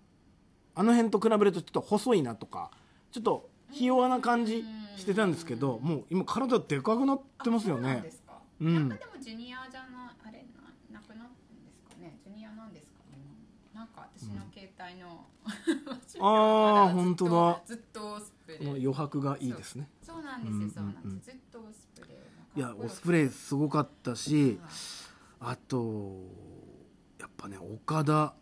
S1: あの辺と比べるとちょっと細いなとかちょっとひ弱な感じしてたんですけど、
S3: うん
S1: もう今体でかくなってますよ
S3: あそうなん
S1: ね
S3: ですか、
S1: うん
S3: なんかでもジュニアじゃなあれななくなったんですかねジュニアなんですかねなんか私の携帯の、
S1: あー
S3: まずっ
S1: 本
S3: と
S1: 当だ
S3: ずっとオスプレ
S1: この
S3: イ
S1: 余白がいいですね
S3: そうなんですよ、そうなん
S1: うんうんうん
S3: ですずっとオスプレイ
S1: いやオス
S3: レ
S1: プレイすごかったし
S3: はい
S1: あとやっぱね岡田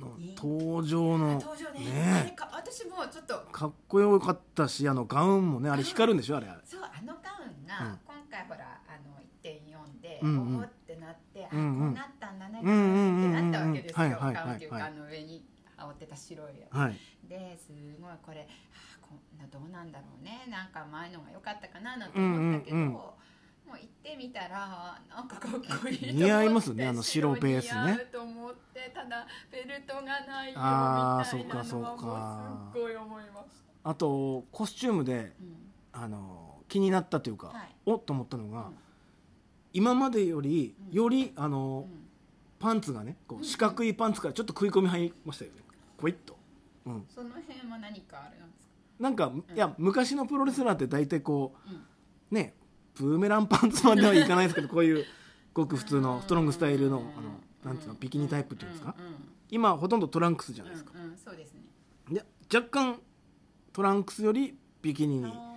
S1: の登場の
S3: 登場ね
S1: ね
S3: あれか私もちょっと
S1: かっこよかったしあのガウンもねあれ光るんでしょあれ
S3: そうあのガウ
S1: う
S3: ン
S1: ん
S3: が今回ほらあの1.4で
S1: うんうん
S3: おおってなってあこ
S1: う
S3: うん
S1: うん
S3: なったんだねっ
S1: う
S3: て
S1: んうんうんうん
S3: なったわけですよ
S1: はいはいはい
S3: ガウンっていう
S1: はい
S3: かあの上に羽織ってた白いやつ
S1: はい
S3: ですごいこれあこんなどうなんだろうねなんか前のが良かったかななんて思ったけど、
S1: うんうんうん
S3: もう行ってみたらなんかかっこいいと思って
S1: 似合いますねあの白ベースね
S3: 白似合うと思ってただベルトがないよみたいなの
S1: あー
S3: は
S1: そうかそうか
S3: もうすっごい思いました、
S1: あとコスチュームで
S3: うん
S1: あの気になったというか、
S3: はい
S1: おっと思ったのが、
S3: うん
S1: 今までより
S3: うん
S1: よりあの、
S3: うん
S1: パンツがねこ
S3: うんう
S1: うん四角いパンツからちょっと食い込み入りましたよねポイッと、うん、
S3: その辺は何かあれなんですか、
S1: なんか、いや昔のプロレスラーって大体こ
S3: うん
S1: うねブーメランパンツまではいかないですけどこういうごく普通のストロングスタイルのあのなんていうのビキニタイプっていうんですか、
S3: うんうん
S1: 今ほとんどトランクスじゃないですか、
S3: うんうんそうですね
S1: で若干トランクスよりビキニに
S3: あ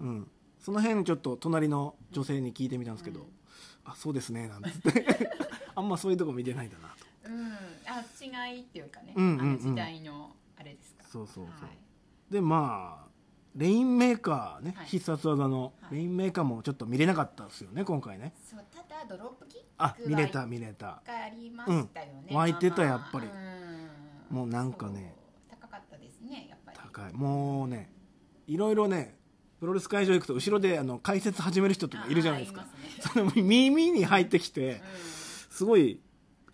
S1: うん、その辺ちょっと隣の女性に聞いてみたんですけど「
S3: うん
S1: あそうですね」なんつって <laughs> あんまそういうとこ見てないんだなと
S3: ーうんあ違いっていうかね、
S1: うんうんうん
S3: あの時代のあれですか
S1: そうそうそう
S3: はい
S1: でまあレインメーカーね、
S3: はい
S1: 必殺技の
S3: はい
S1: レインメーカーもちょっと見れなかったですよね今回ね
S3: そうただドロップキック
S1: あ見れた
S3: は
S1: 見れた
S3: 一回ありましたよね、
S1: うん湧いてた
S3: まあ
S1: やっぱり
S3: うん
S1: もうなんかね
S3: そう高かったですねやっぱり
S1: 高いもうねいろいろねプロレス会場行くと後ろであの解説始める人とかいるじゃないですか
S3: あありますね
S1: それも耳に入ってきてすごい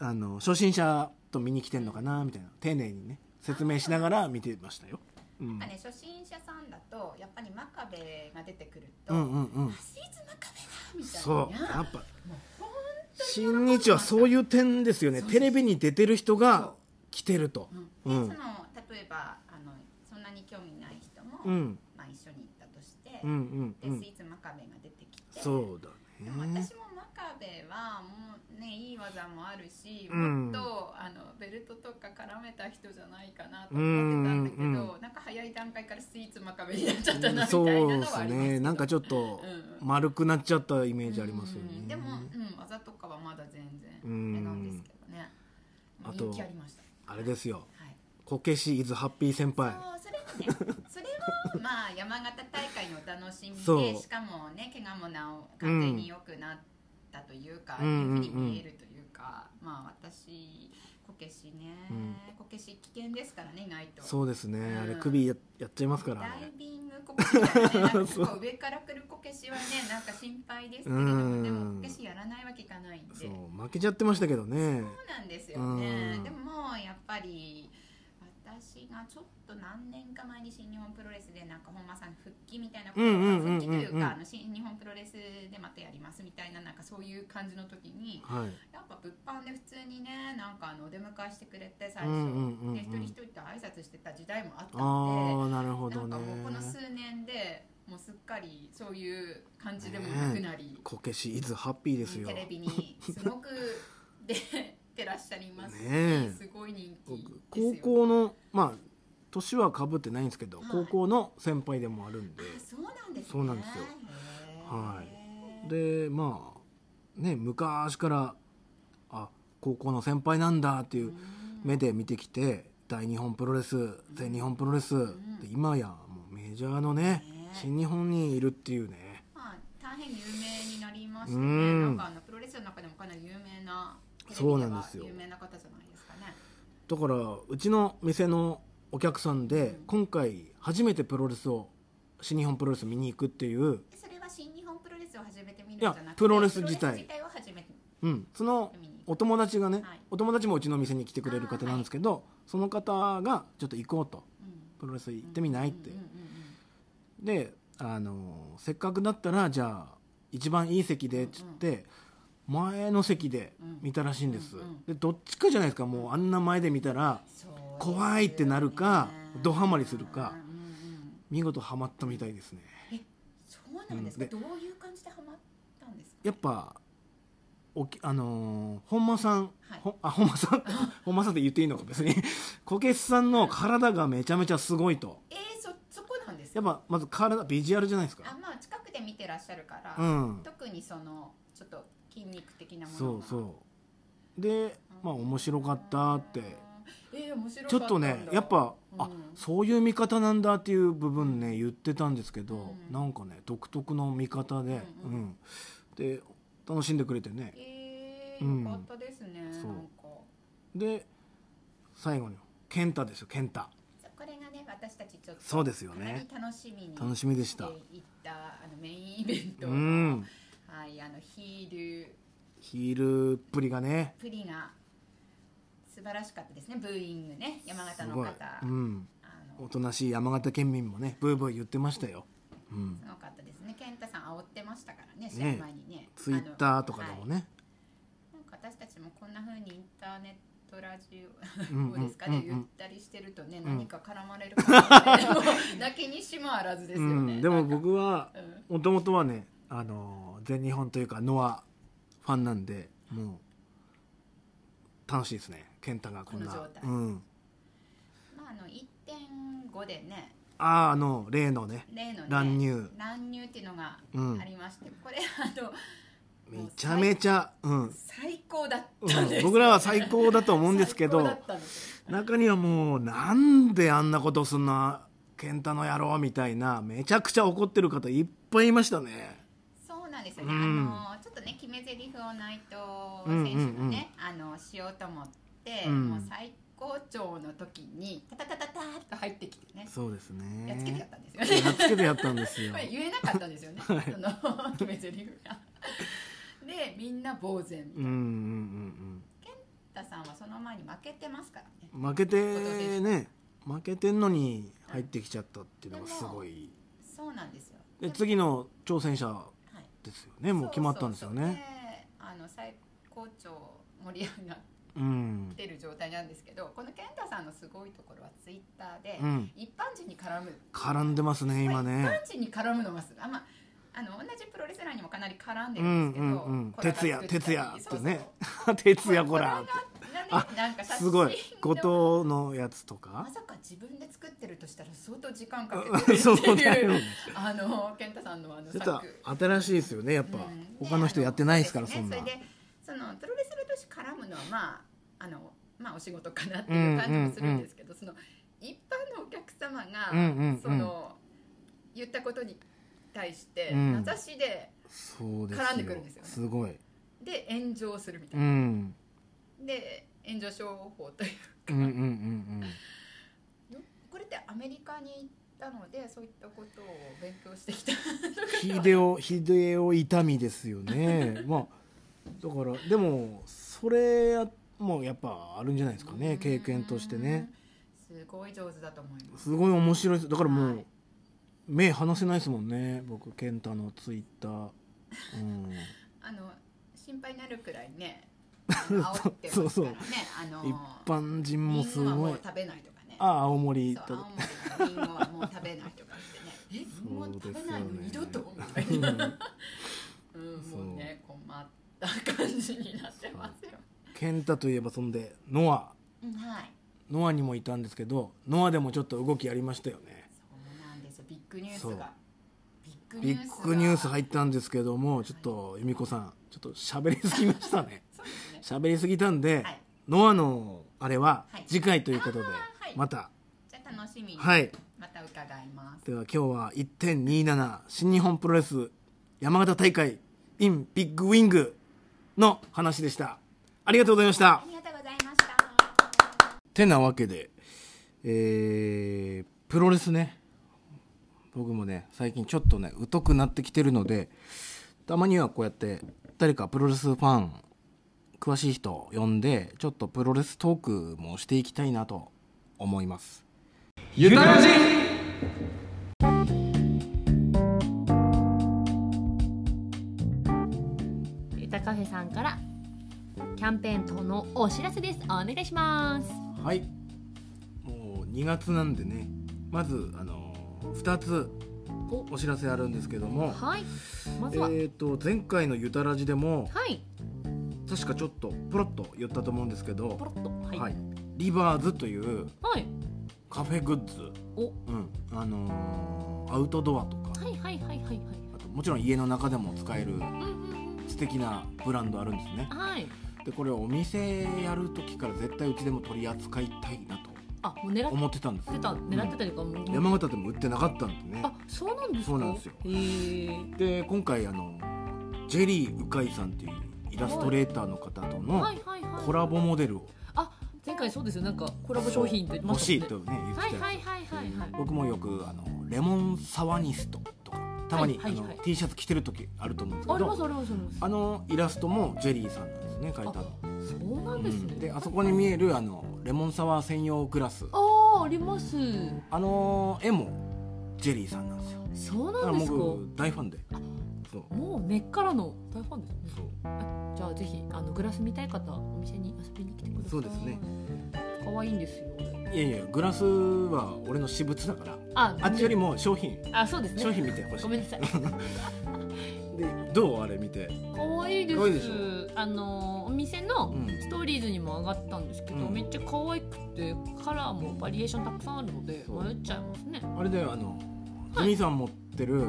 S1: あの初心者と見に来てんのかなみたいな丁寧にね説明しながら見てましたよ、うん、
S3: うんなんかね初心者さんだとやっぱり真壁が出てくると、
S1: う
S3: あ
S1: んうんうん
S3: シーズ真壁だみたいな
S1: そうやっぱ
S3: もうほん
S1: 新日はそういう点ですよねテレビに出てる人が
S3: そ
S1: 来てると
S3: うん
S1: うん
S3: でその例えばあのそんなに興味ない人も、
S1: うん
S3: まあ、一緒に行ったとして、
S1: うんうんう
S3: で
S1: ん
S3: スイーツ真壁が出てきて
S1: そうだ
S3: でも
S1: ね
S3: 私も真壁はもうねいい技もあるし、
S1: うん
S3: もっとあのベルトとか絡めた人じゃないかなと思ってたんだけど、
S1: うんうん
S3: なんか早い段階からスイーツ真壁になっちゃったなみたいなのはあります
S1: そう
S3: けど
S1: ですねなんかちょっと
S3: うん
S1: 丸くなっちゃったイメージありますよ
S3: うん
S1: ね
S3: でも、うん、技とかはまだ全然、
S1: うんあと
S3: 人気ありました
S1: あれですよ
S3: はい
S1: こけしイズハッピー先輩
S3: そうそれはねそれはまあ山形大会のお楽しみ
S1: そう
S3: でしかもね怪我もなお完全に良くなったというか、
S1: うん
S3: いうふうに見えるというか、まあ私こけしね、
S1: うん
S3: こけし危険ですからね意外と
S1: そうですね、
S3: うん
S1: あれ首ややっちゃいますから
S3: ダイ
S1: ね
S3: ビングこけしはね、なん
S1: <laughs>
S3: か
S1: そう
S3: こう上から来るこけしはね、なんか心配ですけれ
S1: う
S3: ど
S1: ん
S3: も、でもこけしやらないわけいかないんで。
S1: そう
S3: そ
S1: 負けちゃってましたけどね
S3: うなんですよね
S1: うん。
S3: でももうやっぱり。私がちょっと何年か前に新日本プロレスでなんか本間さん復帰みたいなこと
S1: うんうんうんうんうん
S3: 復帰というかあの新日本プロレスでまたやりますみたいななんかそういう感じの時に
S1: はい
S3: やっぱ物販で普通にねなんかあのお出迎えしてくれて最
S1: うんうん
S3: 初
S1: うんうん
S3: で一人一人と挨拶してた時代もあったので
S1: ああなるほ
S3: な
S1: ど
S3: ん
S1: ね
S3: かもうこの数年でもうすっかりそういう感じでもなくなり、
S1: こけしイズハッピーですよ
S3: テレビにすごく <laughs> 出てらっしゃいますし、
S1: ねえ
S3: すごい人気ですよ
S1: 僕高校のまあ年はかぶってないんですけど、
S3: はい
S1: 高校の先輩でもあるん
S3: あ
S1: で
S3: そうなんですね
S1: そうなんですよ
S3: へえ
S1: はでまあね昔からあ高校の先輩なんだっていう目で見てきて大日本プロレス全日本プロレス、
S3: ん
S1: で今やもうメジャーのね
S3: ね
S1: 新日本にいるっていうね
S3: まあ大変有名になりました
S1: う
S3: ね
S1: ん
S3: なんかあのプロレスの中でもかなり有名なテレビで
S1: そう
S3: は
S1: なんですよ
S3: 有名な方じゃないですかね
S1: だからうちの店のお客さんで
S3: うん
S1: 今回初めてプロレスを新日本プロレス見に行くっていう、
S3: えそれは新日本プロレスを始めてみるん
S1: い
S3: じ
S1: や
S3: ゃなくて
S1: プロレス自体
S3: を始めて
S1: うん、その
S3: 見に行く
S1: お友達がね、
S3: はい
S1: お友達もうちの店に来てくれる方なんですけど、その方がちょっと行こうと
S3: うん
S1: プロレス行ってみないって、
S3: うんうんうんうん
S1: で、あのせっかくだったらじゃあ一番いい席でっつって、前の席で見たらしいんです、
S3: うんうん
S1: でどっちかじゃないですかもうあんな前で見たら怖いってなるかドハマりするか
S3: うんうんうん
S1: 見事ハマったみたいですね
S3: そうなんですか、
S1: うんで
S3: どういう感じでハマったんですか
S1: やっぱおきあのー本間さん、
S3: はい
S1: ほあ本間
S3: <laughs>
S1: さん本間さんって言っていいのか別にこけしさんの体がめちゃめちゃすごいと
S3: えー、そそこなんです
S1: や
S3: か
S1: っぱまず体ビジュアルじゃないです
S3: あ
S1: か
S3: まあ近くで見てらっしゃるから、
S1: うん
S3: 特にそのちょっと筋肉的なもの
S1: そうそうでまあ面白かったって
S3: うんえー、面白
S1: ち
S3: か
S1: ょ
S3: ったんだ
S1: っとねやっぱ、
S3: うん
S1: あそういう見方なんだっていう部分ね言ってたんですけど、
S3: うん
S1: なんかね独特の見方で、う
S3: うんん
S1: で楽しんでくれてね
S3: えー、よかったですね、
S1: ん
S3: なん
S1: そう
S3: か
S1: で最後に健太ですよ健太
S3: そうこれがね私たちちょっと
S1: そうですよ
S3: かな
S1: ね
S3: り楽しみに
S1: 楽しみでした
S3: していったあのメインイベント
S1: う
S3: の、
S1: ん
S3: はいあのヒール
S1: ヒールっぷりがね
S3: プリが素晴らしかったですねブーイングね山形
S1: す
S3: の
S1: ご
S3: 方
S1: い
S3: あ、
S1: うん、
S3: の
S1: おとなしい山形県民もねブーブー言ってましたよ、うん、
S3: すごかったですね健太さん煽ってましたからね試合前にね
S1: ツイッターとかでも
S3: ね、
S1: ね、
S3: はいなんか私たちもこんな風にインターネットラジ
S1: う
S3: オ
S1: んうん
S3: どうですか
S1: う
S3: ね
S1: んうん
S3: 言ったりしてるとね、何か絡まれるかもしれないもう泣きにしもあらずです
S1: <laughs> う
S3: よね、
S1: ん、でも僕は
S3: なんか、うん
S1: もともとはねあのー全日本というかノアファンなんでもう楽しいですね健太がこんな
S3: この状態
S1: うん、
S3: まあ、あの1.5でね
S1: あああの例のね
S3: 例のね
S1: 乱入
S3: 乱入っていうのが
S1: うん
S3: ありまして、これあの
S1: めちゃめちゃ、うん
S3: 最高だっ
S1: うん
S3: たんです、
S1: 僕らは最高だと思うんですけ
S3: 最高だ
S1: ど
S3: ったんですよ
S1: 中にはもうなんであんなことすんな健太の野郎みたいなめちゃくちゃ怒ってる方いっぱいいましたね
S3: そうなんですよね、
S1: うん
S3: あのちょっとね決め台詞を内藤
S1: うんうん
S3: 選手がね、あのしようと思って、
S1: うん
S3: もう最高潮の時にタタタタターっと入ってきてね
S1: そうです
S3: やっつけてやっ
S1: ね
S3: たんですよね
S1: やっつけてやったんですよ <laughs>
S3: これ言えなかったんですよね、その決め台詞がでみんな呆然
S1: うんうんうん
S3: 田さんはその前に負けてますからね
S1: うん負けてね負けてんのに入ってきちゃったっていうのがすごい
S3: そうなんですよ
S1: で
S3: も
S1: 次の挑戦者
S3: はい
S1: ですよねもう決まったんですよ
S3: そうそう
S1: ね
S3: そうであの最高潮盛り上がっ
S1: うん
S3: てる状態なんですけどこの健太さんのすごいところはツイッターで、
S1: うん
S3: 一般人に絡む
S1: 絡んでますね今
S3: まあ
S1: ね <laughs>
S3: 一般人に絡むのはすあまああの同じプロレスラーにもかなり絡んで
S1: う
S3: るん
S1: ん
S3: です
S1: う
S3: け
S1: ん
S3: ど
S1: うん
S3: コラボ
S1: 徹
S3: 作
S1: 夜
S3: ったり
S1: 徹夜っ
S3: そ
S1: て
S3: うそう
S1: ね徹夜こら
S3: これが
S1: あ
S3: なんか
S1: すごい後
S3: 後
S1: 藤
S3: 藤
S1: のやつとか
S3: まさか自分で作ってるとしたら相当時間かけて
S1: <laughs>
S3: る
S1: そう
S3: って
S1: だよ
S3: いう
S1: ね
S3: あの健太さんのあの
S1: ちょっと
S3: 作
S1: 新しいですよねやっぱ、
S3: うん
S1: 他の人やってないですから、
S3: ね
S1: そんな
S3: それでそのプロレスラー同士絡むのはまああのまあ、お仕事かなっていう感じもするんですけど、その一般のお客様が、
S1: うんうんうん
S3: その言ったことに対して
S1: うん
S3: 名指しで,、
S1: そうですよ
S3: 絡んでくるんですよね
S1: すごい
S3: で炎上するみた
S1: う
S3: いな、
S1: ん
S3: で炎上商法という
S1: うんうんうん
S3: これってアメリカに行ったのでそういったことを勉強してきた
S1: うん秀
S3: <laughs>
S1: 夫秀夫痛みですよねまあだからでもそれやもうやっぱあるんじゃないですかね経験としてね
S3: うんすごい上手だと思います
S1: すごい面白いですだからも
S3: は
S1: う
S3: い
S1: 目離せないですもんね僕健太のツイッター、うん、
S3: あの心配になるくらいねあの煽ってますからね
S1: <laughs> そうそう
S3: あの
S1: 一般人もす
S3: リンゴは
S1: ご
S3: も
S1: いう
S3: 食べないとかね
S1: ああ青森
S3: そう
S1: と
S3: 青森のリンゴはもう食べないとか言ってねえリンゴ食べないの二度とみたいな、うん、もうね困った感じになってますよ、
S1: 健太といえばそんでノア
S3: うんはい
S1: ノアにもいたんですけどノアでもちょっと動きありましたよね
S3: そうなんですよビッグニュース
S1: そう
S3: がビッグ
S1: ビ
S3: ニュース
S1: ッグニュース入
S3: っ
S1: ったんですけどもちょっと由美子さんちょっと喋りすぎましたね
S3: そうですね
S1: 喋りすぎたんで、
S3: はい
S1: ノアのあれは
S3: はい
S1: 次回ということで、
S3: あーはい
S1: また
S3: じゃあ楽しみに
S1: はい
S3: また伺います
S1: では今日は1.27新日本プロレス山形大会 in ビッグウィングの話でしたありがとうございました
S3: ありがとうございました
S1: てなわけで、えープロレスね僕もね最近ちょっとね疎くなってきてるのでたまにはこうやって誰かプロレスファン詳しい人を呼んでちょっとプロレストークもしていきたいなと思います
S4: ゆたらじ
S2: ゆたカフェさんからキャンペーン等のお知らせですお願いします
S1: はいもう2月なんでねまずあの2つお知らせあるんですけども、
S2: はいま
S1: え
S2: ずは、
S1: ー、と前回の「ゆたらじ」でも
S2: はい
S1: 確かちょっとポロッと言ったと思うんですけど
S2: ポロッとは
S1: はいい、
S2: はい、
S1: リバーズというカフェグッズ、
S2: おは
S1: うんあのーアウトドアとか、
S2: いはいはいはいはい
S1: あともちろん家の中でも使える
S2: うんうん
S1: 素敵なブランドあるんですね
S2: うんはい
S1: でこれお店やる時から絶対うちでも取り扱いたいなと
S2: あもう狙っ
S1: 思ってたんです
S2: てた狙ってたりかもう、
S1: 山形でも売ってなかったんでね
S2: あそうなんですか
S1: そうなんですよ
S2: へー
S1: で今回あのジェリー・うかいさんっていうイラストレーターの方との
S2: はいはいはい
S1: コラボモデルを
S2: あ前回そうですよなんかコラボ商品って言ってま
S1: 欲しい
S2: した
S1: と
S2: もん
S1: ね言ってた
S2: は
S1: ん
S2: い
S1: ですよ
S2: はいはいはいはい
S1: 僕もよくあのレモンサワニストとかたまに、
S2: はいはいはい
S1: あの T シャツ着てる時あると思うんです
S2: あ
S1: け
S2: ります
S1: ど
S2: ありますあります
S1: あのイラストもジェリーさんなんですね描いたの、
S2: そうな
S1: うんん
S2: ですね、
S1: であそこに見えるあのレモンサワー専用グラスあ
S2: あーあります
S1: の絵もジェリーさんなんですよ
S2: そう
S1: だか
S2: な
S1: ら
S2: んですか
S1: 僕大ファンでそう
S2: もう根っからの大ファンですね
S1: そう
S2: じゃあぜひあのグラス見たい方お店に遊びに来てください
S1: そうですね
S2: 可愛いんですよ
S1: いやいやグラスは俺の私物だから
S2: あ
S1: あっちよりも商品
S2: あそうですね
S1: 商品見てほしい
S2: ごめん
S1: <laughs>
S2: なさい
S1: でどうあれ見て
S2: 可愛いです
S1: 可愛いでしょ
S2: あのお店の
S1: うん
S2: ストーリーズにも上がったんですけど、
S1: うん
S2: めっちゃ可愛くてカラーもバリエーションたくさんあるので
S1: そう
S2: 迷っちゃいますね
S1: あれだよあの
S2: はい
S1: ジミーさん持ってる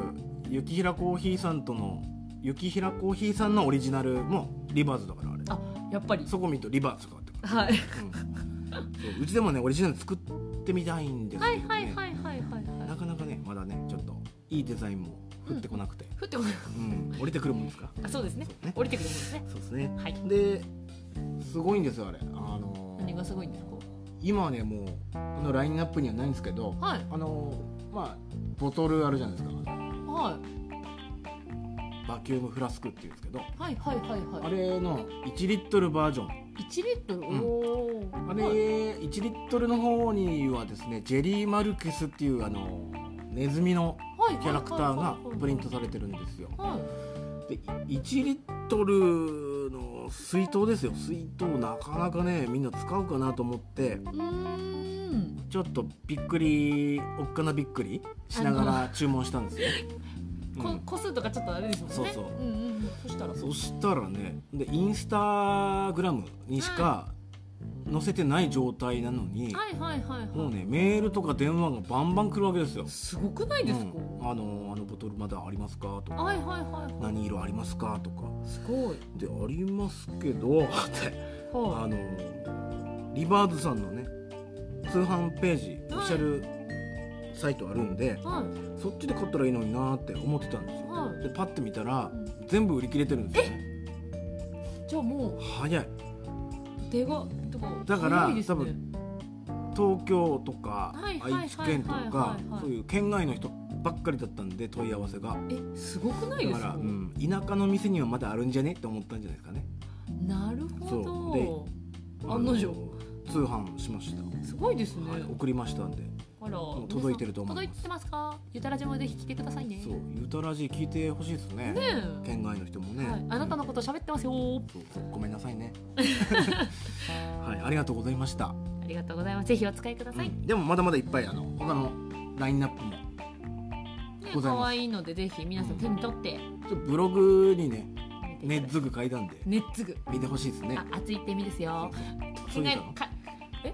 S1: 雪平コーヒーさんとの雪平コーヒーさんのオリジナルもリバーズだからあれ
S2: あやっぱり
S1: そこ見るとリバーズがあってから <laughs>
S2: はい、
S1: うんそううちでもねオリジナル作ってみたいんですけ
S2: は
S1: ど、
S2: い
S1: ね
S2: はいはいはいはいは
S1: ないかなかねまだねちょっといいデザインも降ってこなくて、
S2: ふってこと
S1: うん降りてくるもんですか
S2: あそうですね
S1: そうね
S2: 降りてくるんですね
S1: そうですね
S2: はい
S1: ですごいんですよあれあのー
S2: 何がすごいんですか
S1: 今はねもうこのラインナップにはないんですけど
S2: はい
S1: あのーまあボトルあるじゃないですか
S2: はい
S1: バキュームフラスクっていうんですけど
S2: はいはいはいはい
S1: あれの1リットルバージョン
S2: 1リットル、
S1: うん
S2: おー
S1: あれ
S2: はい
S1: 1リットルの方にはですねジェリー・マルケスっていうあのネズミの
S2: はい
S1: キャラクターがプリント
S2: さ
S1: されてるんですよ
S2: はい
S1: で1リットルの水筒ですよ水筒なかなかねみんな使うかなと思って
S2: うーん
S1: ちょっとびっくりおっかなびっくりしながら注文したんですよ、う
S2: こ
S1: ん
S2: 個数とかちょっとあれですもんね
S1: そうそうん
S2: うんうんそしたら
S1: そしたらねでインスタグラムにしか載せてない状態なのに、
S2: はいはいはいはい
S1: もうねメールとか電話がバンバン来るわけですよ
S2: すごくないですか、
S1: うんあのあのボトルまだありますかとか
S2: はいはいはいは
S1: 何色ありますかとか
S2: いすごい
S1: でありますけどって
S2: は
S1: あのリバーズさんのね通販ページオフィシャルサイトあるんで、
S2: はい
S1: そっちで買ったらいいのになーって思ってたんですよ、
S2: は
S1: でパッて見たら
S2: うん
S1: 全部売り切れてるんですよ、ね、
S2: じゃあもう
S1: 早い
S2: 手がとか
S1: だから
S2: 早いですね
S1: 多分東京とか
S2: はいはいはいはい
S1: 愛知県とか
S2: はい
S1: そういう県外の人ばっかりだったんで問い合わせが
S2: えすごくない
S1: だ
S2: で
S1: か
S2: す
S1: ら、
S2: か、
S1: うん、田舎の店にはまだあるんじゃねって思ったんじゃないですかね
S2: なるほ
S1: そ
S2: ど案の定
S1: 通販しました、
S2: すごいですね、
S1: はい、送りましたんで
S2: あら
S1: う届いてると思います
S2: 皆さん届いてますかゆたらじもぜひ聞いてくださいね
S1: そうゆたらじ聞いてほしいですね
S2: ねえ
S1: 県外の人もね、
S2: はい、あなたのこと喋ってますよ
S1: そうごめんなさい
S2: <laughs>
S1: ねはいありがとうございました、
S2: ありがとうございますぜひお使いください、
S1: うんでもまだまだいっぱいあの他のラインナップも
S2: ね
S1: ございます
S2: 可愛いのでぜひ皆さん手に取って
S1: ちょっとブログにね
S2: 見
S1: ねっず
S2: てください
S1: ぐ書いたんで
S2: ねっつぐ
S1: 見てほしいですね
S2: あ熱いって意味ですよ
S1: そういうの
S2: 考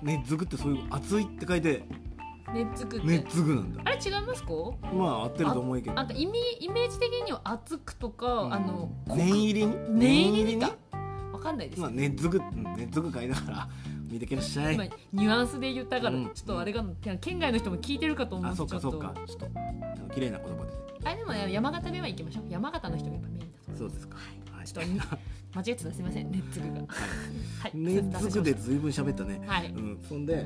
S1: ねっずぐってそういう熱いって書いて
S2: えかねっつぐって、
S1: ねっずぐなんだ
S2: あれ違いますか
S1: まあ合ってると思うけど
S2: なんかイメイメージ的には熱くとか、
S1: うん
S2: あの
S1: 念入りに
S2: 念入りに
S1: 念
S2: かわかんないです、
S1: まあねっずぐうんねっずぐ書いたから <laughs> 見てけらっしゃい
S2: 今ニュアンスで言ったから、
S1: うん
S2: ちょっとあれが県外の人も聞いてるかと思
S1: あ
S2: う
S1: そ
S2: と
S1: っ
S2: ちょ
S1: か
S2: っと
S1: そっかちょっとあの綺麗な言葉でね
S2: あれでも山形では行きましょう山形の人がやっぱメインだと思います
S1: そうですか
S2: はい
S1: はい
S2: ちょっと間違ってたすみません、ねっつぐが。はい、
S1: <laughs> ねっずぐでずいぶん喋ったね
S2: はい。
S1: うん、そんで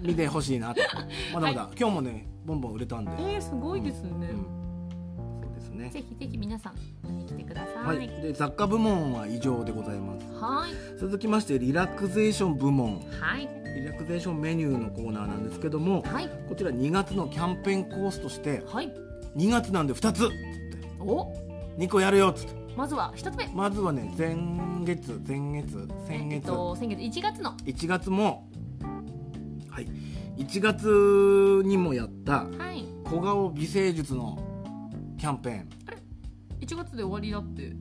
S1: 見てほしいなとまだまだ、今日もねボンボン売れたんで、
S2: えー、すごいですね
S1: う。ん、そうですね
S2: ぜひぜひ皆さん見に来てくださ。
S1: はいい、で雑貨部門は以上でございます
S2: はい。
S1: 続きましてリラクゼーション部門
S2: はい。
S1: リラクゼーションメニューのコーナーなんですけども
S2: はい。
S1: こちら2月のキャンペーンコースとして
S2: はい。
S1: 2月なんで2つ
S2: お、
S1: 2個やるよっつって
S2: まずは一つ目。
S1: まずはね前月前月先
S2: えっ
S1: 月
S2: と、先月1月の。
S1: 1月もはい1月にもやった
S2: はい。
S1: 小顔美声術のキャンペーン
S2: 1月で終わりだって。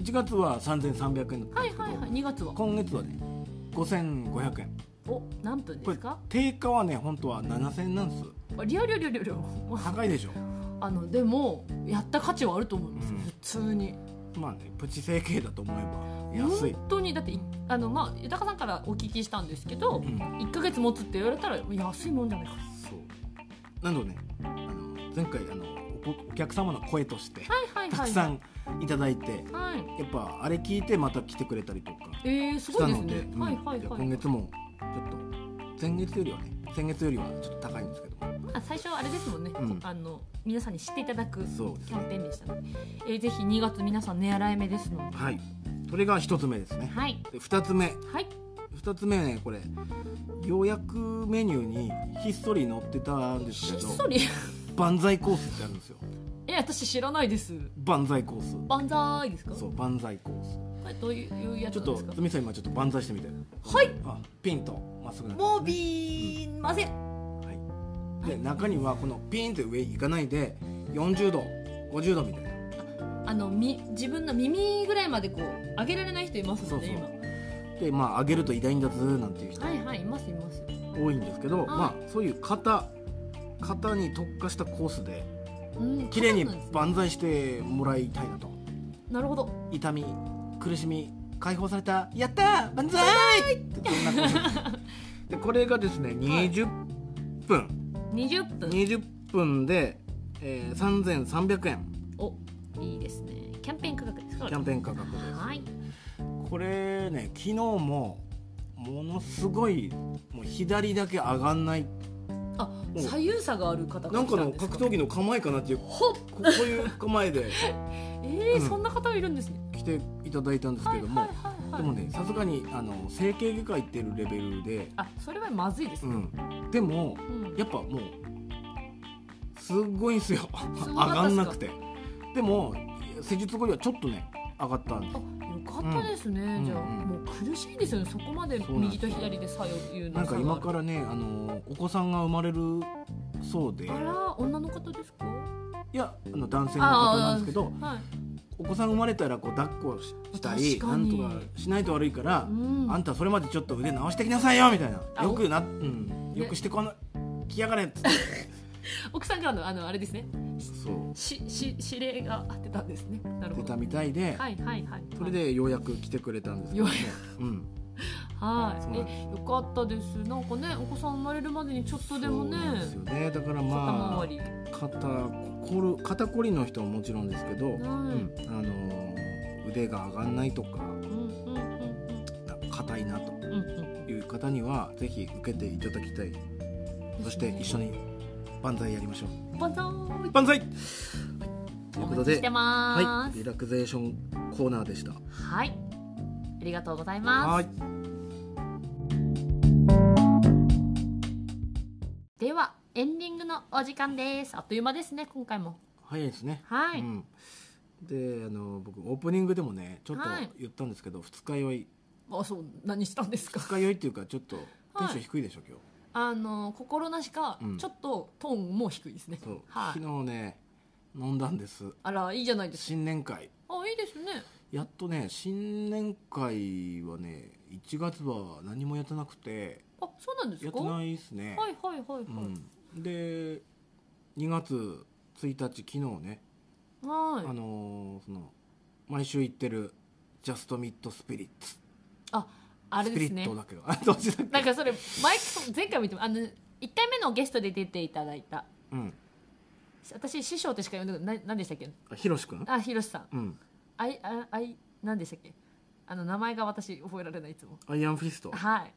S1: 1月は3300円だったん
S2: は
S1: です
S2: い
S1: けど、
S2: はいはい。2月は。
S1: 今月はね5500円
S2: お、何分で
S1: これ
S2: すか
S1: 定価はね本当は7000円なんです
S2: ありゃりゃりゃりゃりゃ。
S1: 高いでしょ
S2: あの、でも、やった価値はあると思います。
S1: うん
S2: 普通に。
S1: まあねプチ整形だと思えば安い、
S2: 本当に、だって、いあの、まあ、豊さんからお聞きしたんですけど、
S1: うん
S2: 1ヶ月持つって言われたら安いもんじゃないかは
S1: そうなのでねあの前回あのおお客様の声として
S2: いはいはい
S1: たくさんいただいて、
S2: はい
S1: やっぱあれ聞いてまた来てくれたりとか
S2: えー、
S1: し
S2: すご
S1: た
S2: いです
S1: ので、
S2: ね
S1: うん
S2: はいはい
S1: じゃあ
S2: はい
S1: 今月もちょっと前月よりはね先月よりはちょっと高いんですけど
S2: まあ最初はあれですもんね、
S1: うん
S2: あの皆さんに知っていただくキ
S1: そうですね
S2: ャンペーンでしたねえー、ぜひ2月皆さん狙い目ですので
S1: はいそれが一つ目ですね
S2: はい
S1: で二つ目
S2: はい
S1: 二つ目ねこれようやくメニューにひっそり載ってたんです
S2: ひ
S1: け
S2: っ
S1: ど
S2: そり <laughs>
S1: 万歳コースってあるんですよ
S2: え私知らないです
S1: 万歳コース
S2: 万歳ですか
S1: そうう万歳コース
S2: これどういうやつ
S1: ちょっ
S2: なんで
S1: と
S2: すか
S1: つみさん今ちょっと万歳してみて
S2: はい
S1: あピンとまっすぐなって
S2: もう
S1: ね
S2: びーません
S1: はい、で中にはこのピンって上行かないで40度50度みたいな
S2: あのみ自分の耳ぐらいまでこう上げられない人いますもんね
S1: そうそうでまあ上げると偉大んだぜなんていう人
S2: 今はいはいいますいます
S1: 多いんですけど、
S2: い
S1: まあそういう型型に特化したコースで
S2: うん
S1: 綺麗に
S2: そうなんです
S1: 万歳してもらいたいなと
S2: なるほど
S1: 痛み苦しみ解放されたやったー万歳ってどんなコー
S2: <laughs>
S1: スでこれがですね
S2: い
S1: 20分、
S2: 20分
S1: 20分で、えー、3300円
S2: おいいですねキャンペーン価格ですか
S1: キャンペ
S2: ー
S1: ーン価格です
S2: はい
S1: これね昨日もものすごいもう左だけ上がんない
S2: あ
S1: もう
S2: 左右差がある方が
S1: なん
S2: 来
S1: か
S2: たん
S1: の
S2: ですか
S1: 格闘技の構えかなっていうこ
S2: ほっ
S1: こういう構えで <laughs>
S2: えー
S1: うん
S2: そんな方いるんですね
S1: 来ていただいたんです
S2: は
S1: け
S2: いは
S1: ど
S2: い
S1: も、
S2: はいはい
S1: でもねさすがにあの整形外科行ってるレベルで、
S2: あそれはまずいです
S1: う
S2: ね、
S1: ん、でも
S2: うん
S1: やっぱもうすっごいんすよ
S2: す
S1: 上
S2: ごかったっすか
S1: がんなくてでも施術後にはちょっとね上がったんです
S2: あよかったですね、
S1: ん
S2: じゃあ、
S1: うんうん
S2: もう苦しいですよねそこまで
S1: そうなんで
S2: 右
S1: す
S2: と左で左右
S1: な
S2: の
S1: ん
S2: 差
S1: か
S2: が
S1: 今からねあのお子さんが生まれるそうで
S2: あら女の方ですか
S1: いやあの男性の方なんですけど
S2: はい
S1: お子さん生まれたらこう抱っこししたり
S2: 確
S1: な
S2: か
S1: ん
S2: に
S1: とかしないと悪いから
S2: う、ん
S1: あんたそれまでちょっと腕直してきなさいよみたいな
S2: あ
S1: よくな、うん、
S2: ね
S1: よくしてこなきやがれっつって
S2: 奥さんからのあのあれですね
S1: そう
S2: しし指令があってたんですねなるほ
S1: 出
S2: ど
S1: たみたいで、
S2: はいはいはい
S1: それでようやく来てくれたんですけど、ね
S2: ようや
S1: うん、
S2: はい、
S1: そうなん
S2: え、よかったです。なんかね、お子さん生まれるまでにちょっとでもね。
S1: そうですよねだから
S2: 肩
S1: ま
S2: 回
S1: あ
S2: り。
S1: 肩こる肩こりの人はもちろんですけど、うん
S2: ん
S1: あのー腕が上がんないとか
S2: うんうんうん
S1: なんか硬いなと
S2: うんうんうん。
S1: いう方にはぜひ受けていただきたいそして一緒に万歳やりましょう
S2: バンザーイ。
S1: 万歳というこ
S2: お待
S1: と
S2: ちし
S1: で
S2: てま
S1: は
S2: ー
S1: い
S2: す。
S1: リラクゼーションコーナーでした
S2: はい。ありがとうございます。
S1: はい
S2: ではエンディングのお時間ですあっという間ですね今回も
S1: 早いですね
S2: はい
S1: うん、であの僕オープニングでもねちょっと
S2: はい
S1: 言ったんですけど、二日酔い
S2: あそう何したんですか
S1: 二日酔いっていうか
S2: <laughs>
S1: ちょっとテンション低いでしょ、今日
S2: あの心なしか、
S1: うん
S2: ちょっとトーンも低いですね
S1: そう、
S2: はい
S1: 昨日ね飲んだんです
S2: あらいいじゃないですか
S1: 新年会
S2: あいいですね
S1: やっとね新年会はね1月は何もやってなくて
S2: あそうなんです
S1: やっ
S2: か
S1: て
S2: はい
S1: ないですね、
S2: はいはいはい、
S1: うん、で2月1日昨日ね、あ
S2: はい
S1: のーその毎週行ってるジャストミッドスピリッツ
S2: ああれです
S1: スピリッ
S2: ね
S1: トだけどあどっちだっけ
S2: なんかそれ前前回も言ってもあの一回目のゲストで出ていただいた
S1: うん
S2: 私師匠ってしか呼んでないな何でしたっけ
S1: あひろしくん
S2: あひろしさ
S1: う
S2: ん
S1: ん
S2: あいああい何でしたっけあの名前が私覚えられないいつも
S1: アイアンフィスト、
S2: はい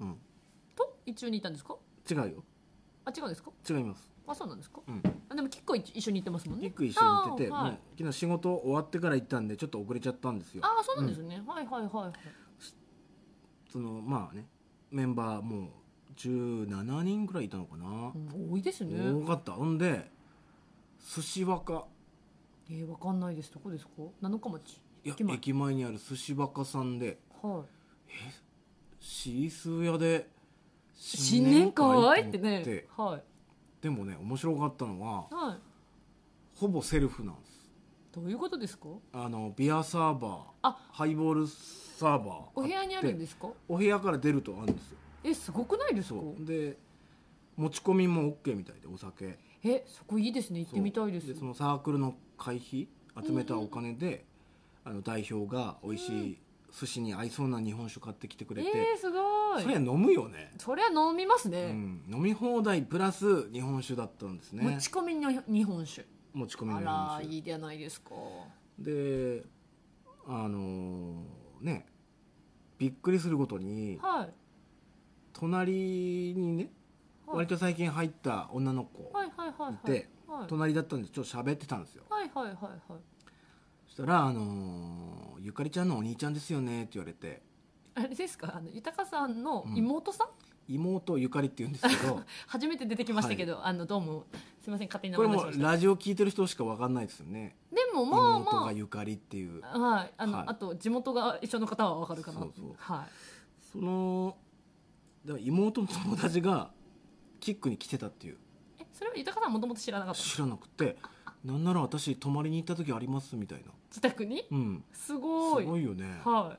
S1: うん、
S2: と一緒にいたんですか
S1: 違うよ
S2: あ違うんですか
S1: 違います
S2: あそうなんですか
S1: うん
S2: あでも結構一緒に行ってますもんね
S1: 一区一緒に行ってて、
S2: あー,、はい
S1: もう昨日仕事終わってから行ったんでちょっと遅れちゃったんですよ
S2: あーそうなんですね、はいはいはいはい
S1: そのまあねメンバーもう17人ぐらいいたのかな
S2: う、ん多いですね
S1: 多かったほんで寿司若
S2: えー、わかんないですどこですか七日町
S1: いや
S2: 駅前
S1: 駅前にある寿司若さんで
S2: は
S1: シースー屋で
S2: い新年会って
S1: と思
S2: ねはい
S1: でもね面白かったのは
S2: はい
S1: ほぼセルフなんです
S2: どういうことですか
S1: あのビアサーバー
S2: あ
S1: ハイボールサーバー
S2: お部屋にあるんですすか
S1: お部屋から出るとあるんですよ
S2: えすごくないですか
S1: そうで持ち込みも OK みたいでお酒
S2: えそこいいですね行ってみたいです
S1: そうそのサークルの会費集めたお金で、あの代表が美味しい寿司に合いそうな日本酒買ってきてくれ
S2: え
S1: て、
S2: ー、すごい
S1: そりゃ飲むよね、
S2: そりゃ飲みます
S1: う
S2: ね、
S1: ん、飲み放題プラス日本酒だったんですね
S2: 持ち込みの日本酒
S1: 持ち込みの
S2: あ
S1: 日
S2: ら
S1: 本
S2: いいじゃないですか
S1: 酒であのーねびっくりすることに
S2: はい
S1: 隣にね
S2: はい
S1: 割と最近入った女の子
S2: はいはいはいはい
S1: で
S2: はい
S1: 隣だったんでちょっと喋ってたんですよ
S2: はいはいはいはい
S1: そしたら、あのーゆかりちゃんのお兄ちゃんですよね」って言われて
S2: あれですかあの豊さんの妹さん、
S1: 妹ゆかりって言うんです
S2: <laughs>
S1: けど
S2: 初めて出てきましたけど、あのどうもすいません勝手に名
S1: これ
S2: 前出し
S1: も
S2: ました
S1: ラジオ聞いてる人しかわかんないですよね、
S2: でもまあ
S1: 妹が
S2: ま
S1: ゆかりっていう
S2: あはいあの、
S1: はい
S2: あと地元が一緒の方はわかるかな
S1: そうそう
S2: は
S1: そのだから妹の友達がキックに来てたっていう
S2: いえそれは豊さんもともと知らなかったの
S1: 知らなくてなんなら私泊まりに行った時ありますみたいな
S2: 自宅に
S1: うん
S2: す
S1: す
S2: ごい
S1: ごいよね
S2: は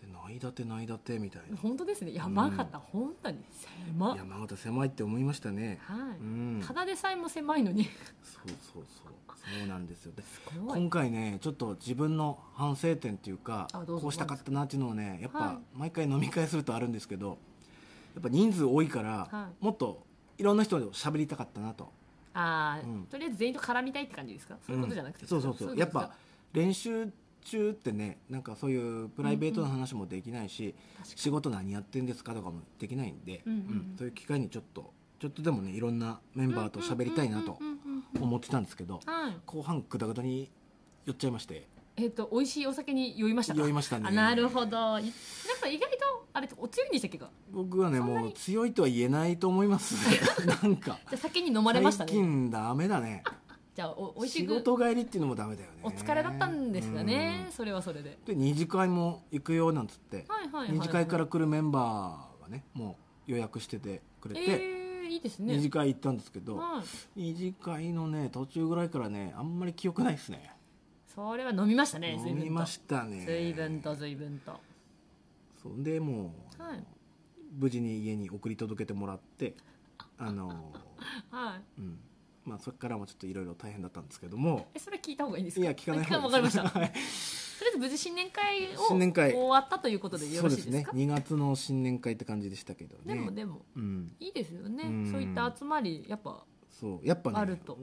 S1: で内立て内立てみたい
S2: い
S1: な
S2: 本当ですね山形、本当に狭っ
S1: 山形狭いって思いましたね
S2: はい、
S1: うん
S2: ただでさえも狭いのに
S1: そうそうそうそうなんですよです
S2: ごい
S1: 今回ねちょっと自分の反省点っていうか
S2: あどうぞ
S1: こうしたかったなっていうのをねやっ
S2: はい
S1: ぱ毎回飲み会するとあるんですけどやっぱ人数多いから、
S2: は
S1: もっといろんな人と喋りたかったなと
S2: ああ、
S1: うん
S2: とりあえず全員と絡みたいって感じですかそういうことじゃなくて、
S1: うんそうそうそう
S2: い
S1: や
S2: こ
S1: っ
S2: とで
S1: ぱ
S2: す
S1: 練習中ってねなんかそういうプライベートの話もできないし、
S2: 確か
S1: 仕事何やってんですかとかもできないんで、
S2: うんうんうん
S1: そういう機会にちょっとちょっとでもねいろんなメンバーと喋りたいなと
S2: うんうんうんうんうん
S1: 思ってたんですけど
S2: はい
S1: 後半グダグダに酔っちゃいまして
S2: えっ、と美味しいお酒に酔いましたか
S1: 酔いましたね
S2: あなるほどいなんか意外とあれお強いんでしたっけか
S1: 僕はね
S2: そんなに
S1: もう強いとは言えないと思います
S2: <laughs>
S1: なんか
S2: じゃあ先に飲まれました
S1: 最
S2: ね
S1: 近ダメだね
S2: じゃあお美味し
S1: 仕
S2: く
S1: 事帰りっていうのもダメだよね
S2: お疲れだったんですかねそれはそれで
S1: うんで二次会も行くよなんつって、
S2: はいはいはい、
S1: 二次会から来るメンバーがねもう予約しててくれ
S2: え
S1: て、
S2: ー、いいです
S1: 二
S2: ね
S1: 次会行ったんですけど、
S2: はい
S1: 二次会のね途中ぐらいからねあんまり記憶ないですね
S2: それは飲みましたね
S1: 飲みましたね
S2: 随分と随分と
S1: そんでもう、
S2: はい
S1: 無事に家に送り届けてもらってあの、
S2: はい
S1: うん、まあ、それからもちょっといろいろ大変だったんですけども
S2: えそれ聞いた方がいいです
S1: い
S2: か
S1: や聞かない
S2: あ
S1: 方
S2: わかりました
S1: はい
S2: とりあえず無事新年会を
S1: 新年会
S2: 終わったということで
S1: そ
S2: よろ
S1: う
S2: しい
S1: で
S2: ですすかで
S1: ね2月の新年会って感じでしたけどね
S2: もでも
S1: うん
S2: いいですよね、
S1: うん
S2: そういった集まりやっぱは
S1: そうやっぱね
S2: あると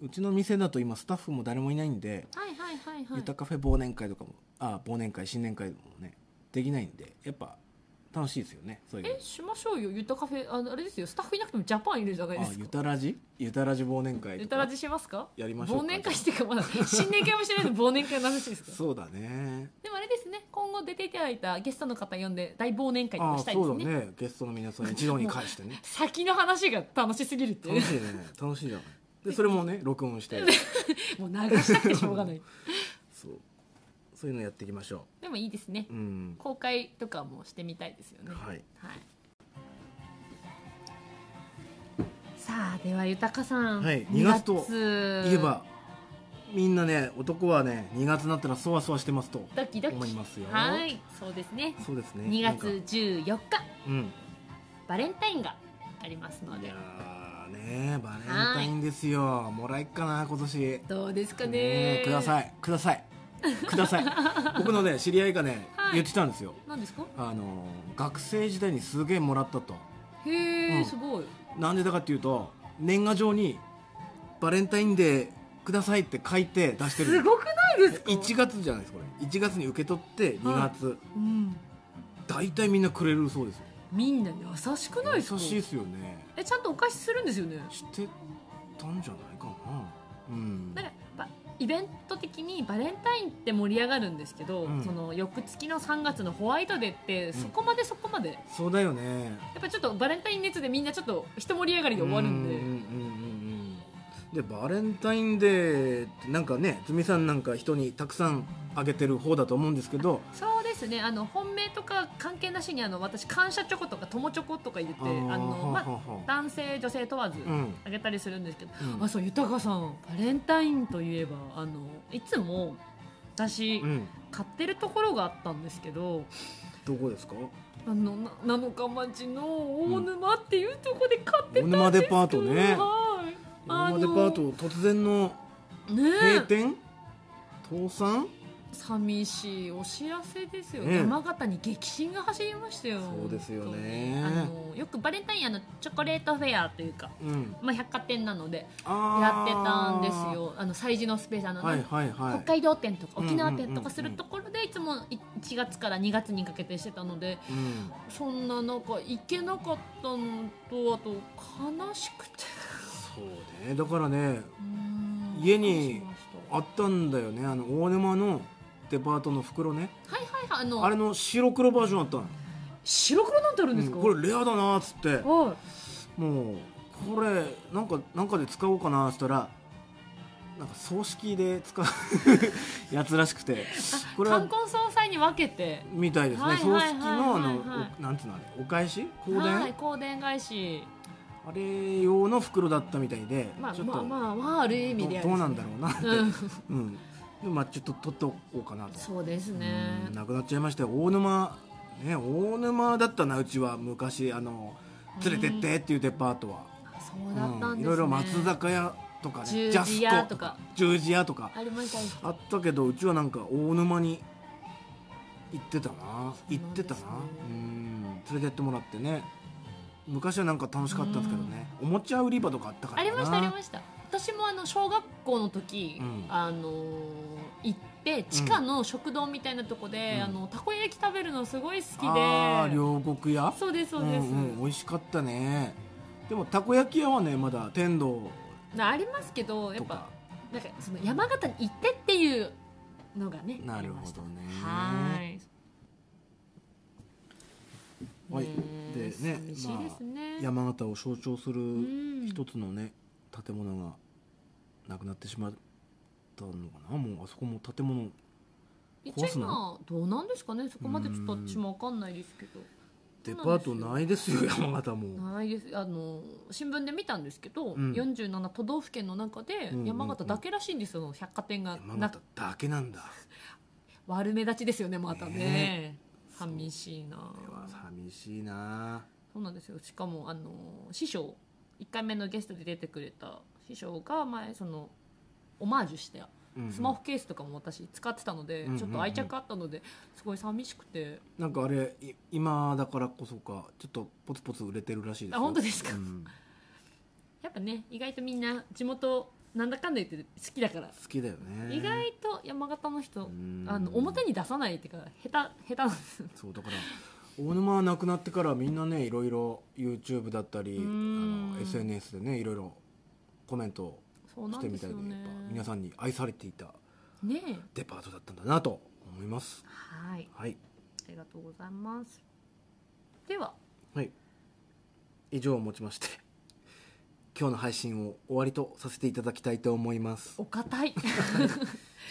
S1: うちの店だと今スタッフも誰もいないんで、
S2: いはいはいは
S1: ゆ
S2: い
S1: たカフェ忘年会とかもあ忘年会新年会もねできないんでやっぱ楽しいですよねそういうの
S2: えしましょうよゆたカフェあのあれですよスタッフいなくてもジャパンいるじゃないで
S1: あ
S2: す
S1: ゆ
S2: か
S1: たらじゆたらじ忘年会
S2: ゆ
S1: と
S2: た
S1: から
S2: じしますか
S1: やりましょうか
S2: 忘年会してかまだ新年会もしてないのに忘年会の話ですか
S1: そうだね
S2: <laughs> でもあれですね今後出ていただいたゲストの方呼んで大忘年会と
S1: あ
S2: か
S1: あ
S2: したいで
S1: そ
S2: す
S1: うだ
S2: ね
S1: ねゲストの皆さん一堂に会して
S2: <laughs>
S1: ね
S2: 先の話が楽しすぎるってい
S1: 楽
S2: う
S1: しいね楽しいじゃないでそれもね録音して
S2: <laughs> もう流したくてしょうがない
S1: そうそういうのやっていきましょ
S2: でもいいですね
S1: ううん
S2: 公開とかもしてみたいですよね
S1: はい
S2: はいさあでは豊さん、
S1: はい
S2: 2
S1: 2月と
S2: 月
S1: 言えばみんなね男はね2月になったらそわそわしてますと
S2: ドキドキ
S1: 思いますよ
S2: はいそうですね
S1: そうですね
S2: 2
S1: なんか
S2: 月14日
S1: うん
S2: バレンタインがありますの
S1: い
S2: で
S1: やーねバレンタインですよもらえっかな今年ね
S2: どうですかね
S1: えくださいくだ
S2: <laughs>
S1: さいください僕のね知り合いがね
S2: はい
S1: 言ってたんですよ
S2: 何ですか
S1: あの学生時代にすげえもらったと
S2: へえ、
S1: うん
S2: すごい
S1: なんでだかっていうと年賀状にバレンタインデーくださいって書いて出してる
S2: すごくないですか
S1: 1月じゃないですこれ1月に受け取って2月、
S2: うん、
S1: 大体みんなくれるそうですよ
S2: みんな優しくないですか
S1: 優しいですよね
S2: えちゃんとお返しするんですよね
S1: してたんじゃないかなうん
S2: なんかばイベント的にバレンタインって盛り上がるんですけど、
S1: うん
S2: その翌月の3月のホワイトデーってそこまでそこまで、や
S1: そうだよね
S2: っぱちょっとバレンタイン熱でみんなちょっと一盛り上がりで終わるんで
S1: うんうんうんうんでバレンタインデーってなんかねみさんなんか人にたくさんあげてる方だと思うんですけど
S2: そうですねあの本命とか関係なしにあの私感謝チョコとか友チョコとか言ってあ
S1: ーは
S2: の、ま
S1: あは
S2: あ、
S1: あはあ
S2: 男性女性問わず
S1: うん
S2: あげたりするんですけど、
S1: うん
S2: あそう豊さんバレンタインといえばあのいつも私、
S1: うん
S2: 買ってるところがあったんですけど
S1: どこですか
S2: あのな7日町の大沼っていうとこで買ってたんですけど、
S1: 大沼デパートね
S2: はい
S1: 大沼デパート突然の
S2: あのねえ
S1: 閉店倒産
S2: 寂しいお知らせですよ、
S1: ねえ
S2: 山形に激震が走りましたよ
S1: そうですよね
S2: 本当にあのよくバレンタインあのチョコレートフェアというか、
S1: うん
S2: まあ、百貨店なのでや
S1: あ
S2: って
S1: ー
S2: たんですよあの催事のスペースあの、
S1: はいはいはい
S2: 北海道店とか
S1: うん
S2: 沖縄店とかするところでいつも1月から2月にかけてしてたので
S1: うん
S2: そんな中行けなかったのとあと悲しくて
S1: そうねだからね
S2: うん
S1: 家に
S2: 悲しました
S1: あったんだよねあの大沼のデパートの袋ね
S2: はいはいはいあの
S1: あれの白黒バージョンあったの
S2: 白黒なんてあるんですか、
S1: うんこれレアだなっつって
S2: はい
S1: もうこれなんかなんかで使おうかなっつったらなんか葬式で使う <laughs> やつらしくてこれは
S2: 冠婚葬祭に分けて
S1: みたいです
S2: は
S1: ね
S2: い
S1: 葬
S2: はいはい
S1: 式のあ
S2: はいはい
S1: のおなんつうのあれお返し香典、
S2: はい香典返し
S1: あれ用の袋だったみたいで、
S2: まあ
S1: ちょっと、
S2: まあまあまあある意味で
S1: どどうなんだろうなって、
S2: ううん
S1: うん、でもまあちょっと取っておこうかなと
S2: そうですね
S1: うんなくなっちゃいましたよ大沼ね大沼だったなうちは昔あの連れてってっていうデパートは、
S2: そうだったんですね、
S1: うんいろいろ松坂屋とかね
S2: 十字屋とか
S1: ジャスコ十字屋とか
S2: ありました
S1: あったけどうちはなんか大沼に行ってたな
S2: そう
S1: 行
S2: なん
S1: っ
S2: です
S1: て
S2: ね
S1: たなうん連れてってもらってね昔はなんか楽しかったんですけどねおもちゃ売り場とかあったか
S2: あ
S1: ら
S2: り
S1: かな
S2: ましたありました私もあの小学校の時、
S1: うん
S2: あのー行って地下の食堂みたいなとこで、
S1: うん
S2: あのたこ焼き食べるのすごい好き
S1: あー
S2: で
S1: 両国屋
S2: そうですそうです、
S1: んうん、美味しかったねでもたこ焼き屋はねまだ天童
S2: なありますけどや
S1: と
S2: っぱ
S1: か
S2: なんかその山形に行ってっていうのがね
S1: なるほどね
S2: ありましたは
S1: はいい
S2: え
S1: でね
S2: 寂しいですね、
S1: 山形を象徴す
S2: う
S1: る
S2: ん
S1: 一つのね建物がなくなってしまったのかなもうあそこも建物
S2: 一応
S1: 壊す
S2: 今
S1: の
S2: どうなんですかねそこまでちょっと私もわかんないですけど
S1: デパートないですよ山形も
S2: ないですあの新聞で見たんですけど、
S1: うん
S2: 47都道府県の中で
S1: うんうん
S2: 山形だけらしいんですよ、百貨店が
S1: 山
S2: な
S1: 形だけなんだ
S2: 悪目立ちですよねまたね
S1: ね
S2: 寂しいな
S1: これは寂しいな
S2: そうなんですよしかもあの師匠1回目のゲストで出てくれた師匠が前そのオマージュして
S1: うんうん
S2: スマホケースとかも私使ってたので、
S1: うんうんうん
S2: ちょっと愛着あったのですごい寂しくて、
S1: なんかあれい今だからこそかちょっとポツポツ売れてるらしいですよ
S2: あ本当ですか
S1: うん
S2: やっぱね意外とみんな地元なんだかんだ言って好きだから、
S1: 好きだよね
S2: 意外と山形の人、
S1: うん
S2: あの表に出さないっていうか下手下手なんです
S1: そうだから大沼が亡くなってからみんなねいろいろ YouTube だったりあ
S2: うーん
S1: の SNS でねいろいろコメントを
S2: そうな
S1: して
S2: んで
S1: み
S2: す
S1: たい
S2: よ
S1: で
S2: ね
S1: やっぱ皆さんに愛されていた
S2: ねえ
S1: デパートだったんだなと思います
S2: はい
S1: はい
S2: ありがとうございますでは
S1: はい以上をもちまして今日の配信を終わりとさせていただきたいと思います
S2: お堅い
S1: ちょ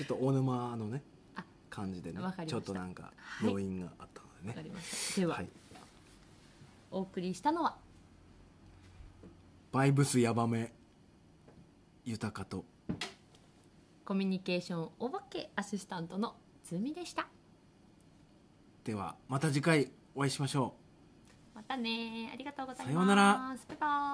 S1: っと大沼のね
S2: あ
S1: 感じでね
S2: わかりまし
S1: ち
S2: た
S1: ょっとなんか
S2: はい
S1: 要因があったの
S2: わ
S1: で
S2: か
S1: ね
S2: りましたでは、
S1: はい
S2: お送りしたのは
S1: バイブスヤバめ豊かと
S2: コミュニケーションお化けアシスタントのズミでした
S1: ではまた次回お会いしましょう
S2: またねありがとうございます
S1: さようなら
S2: バイバイ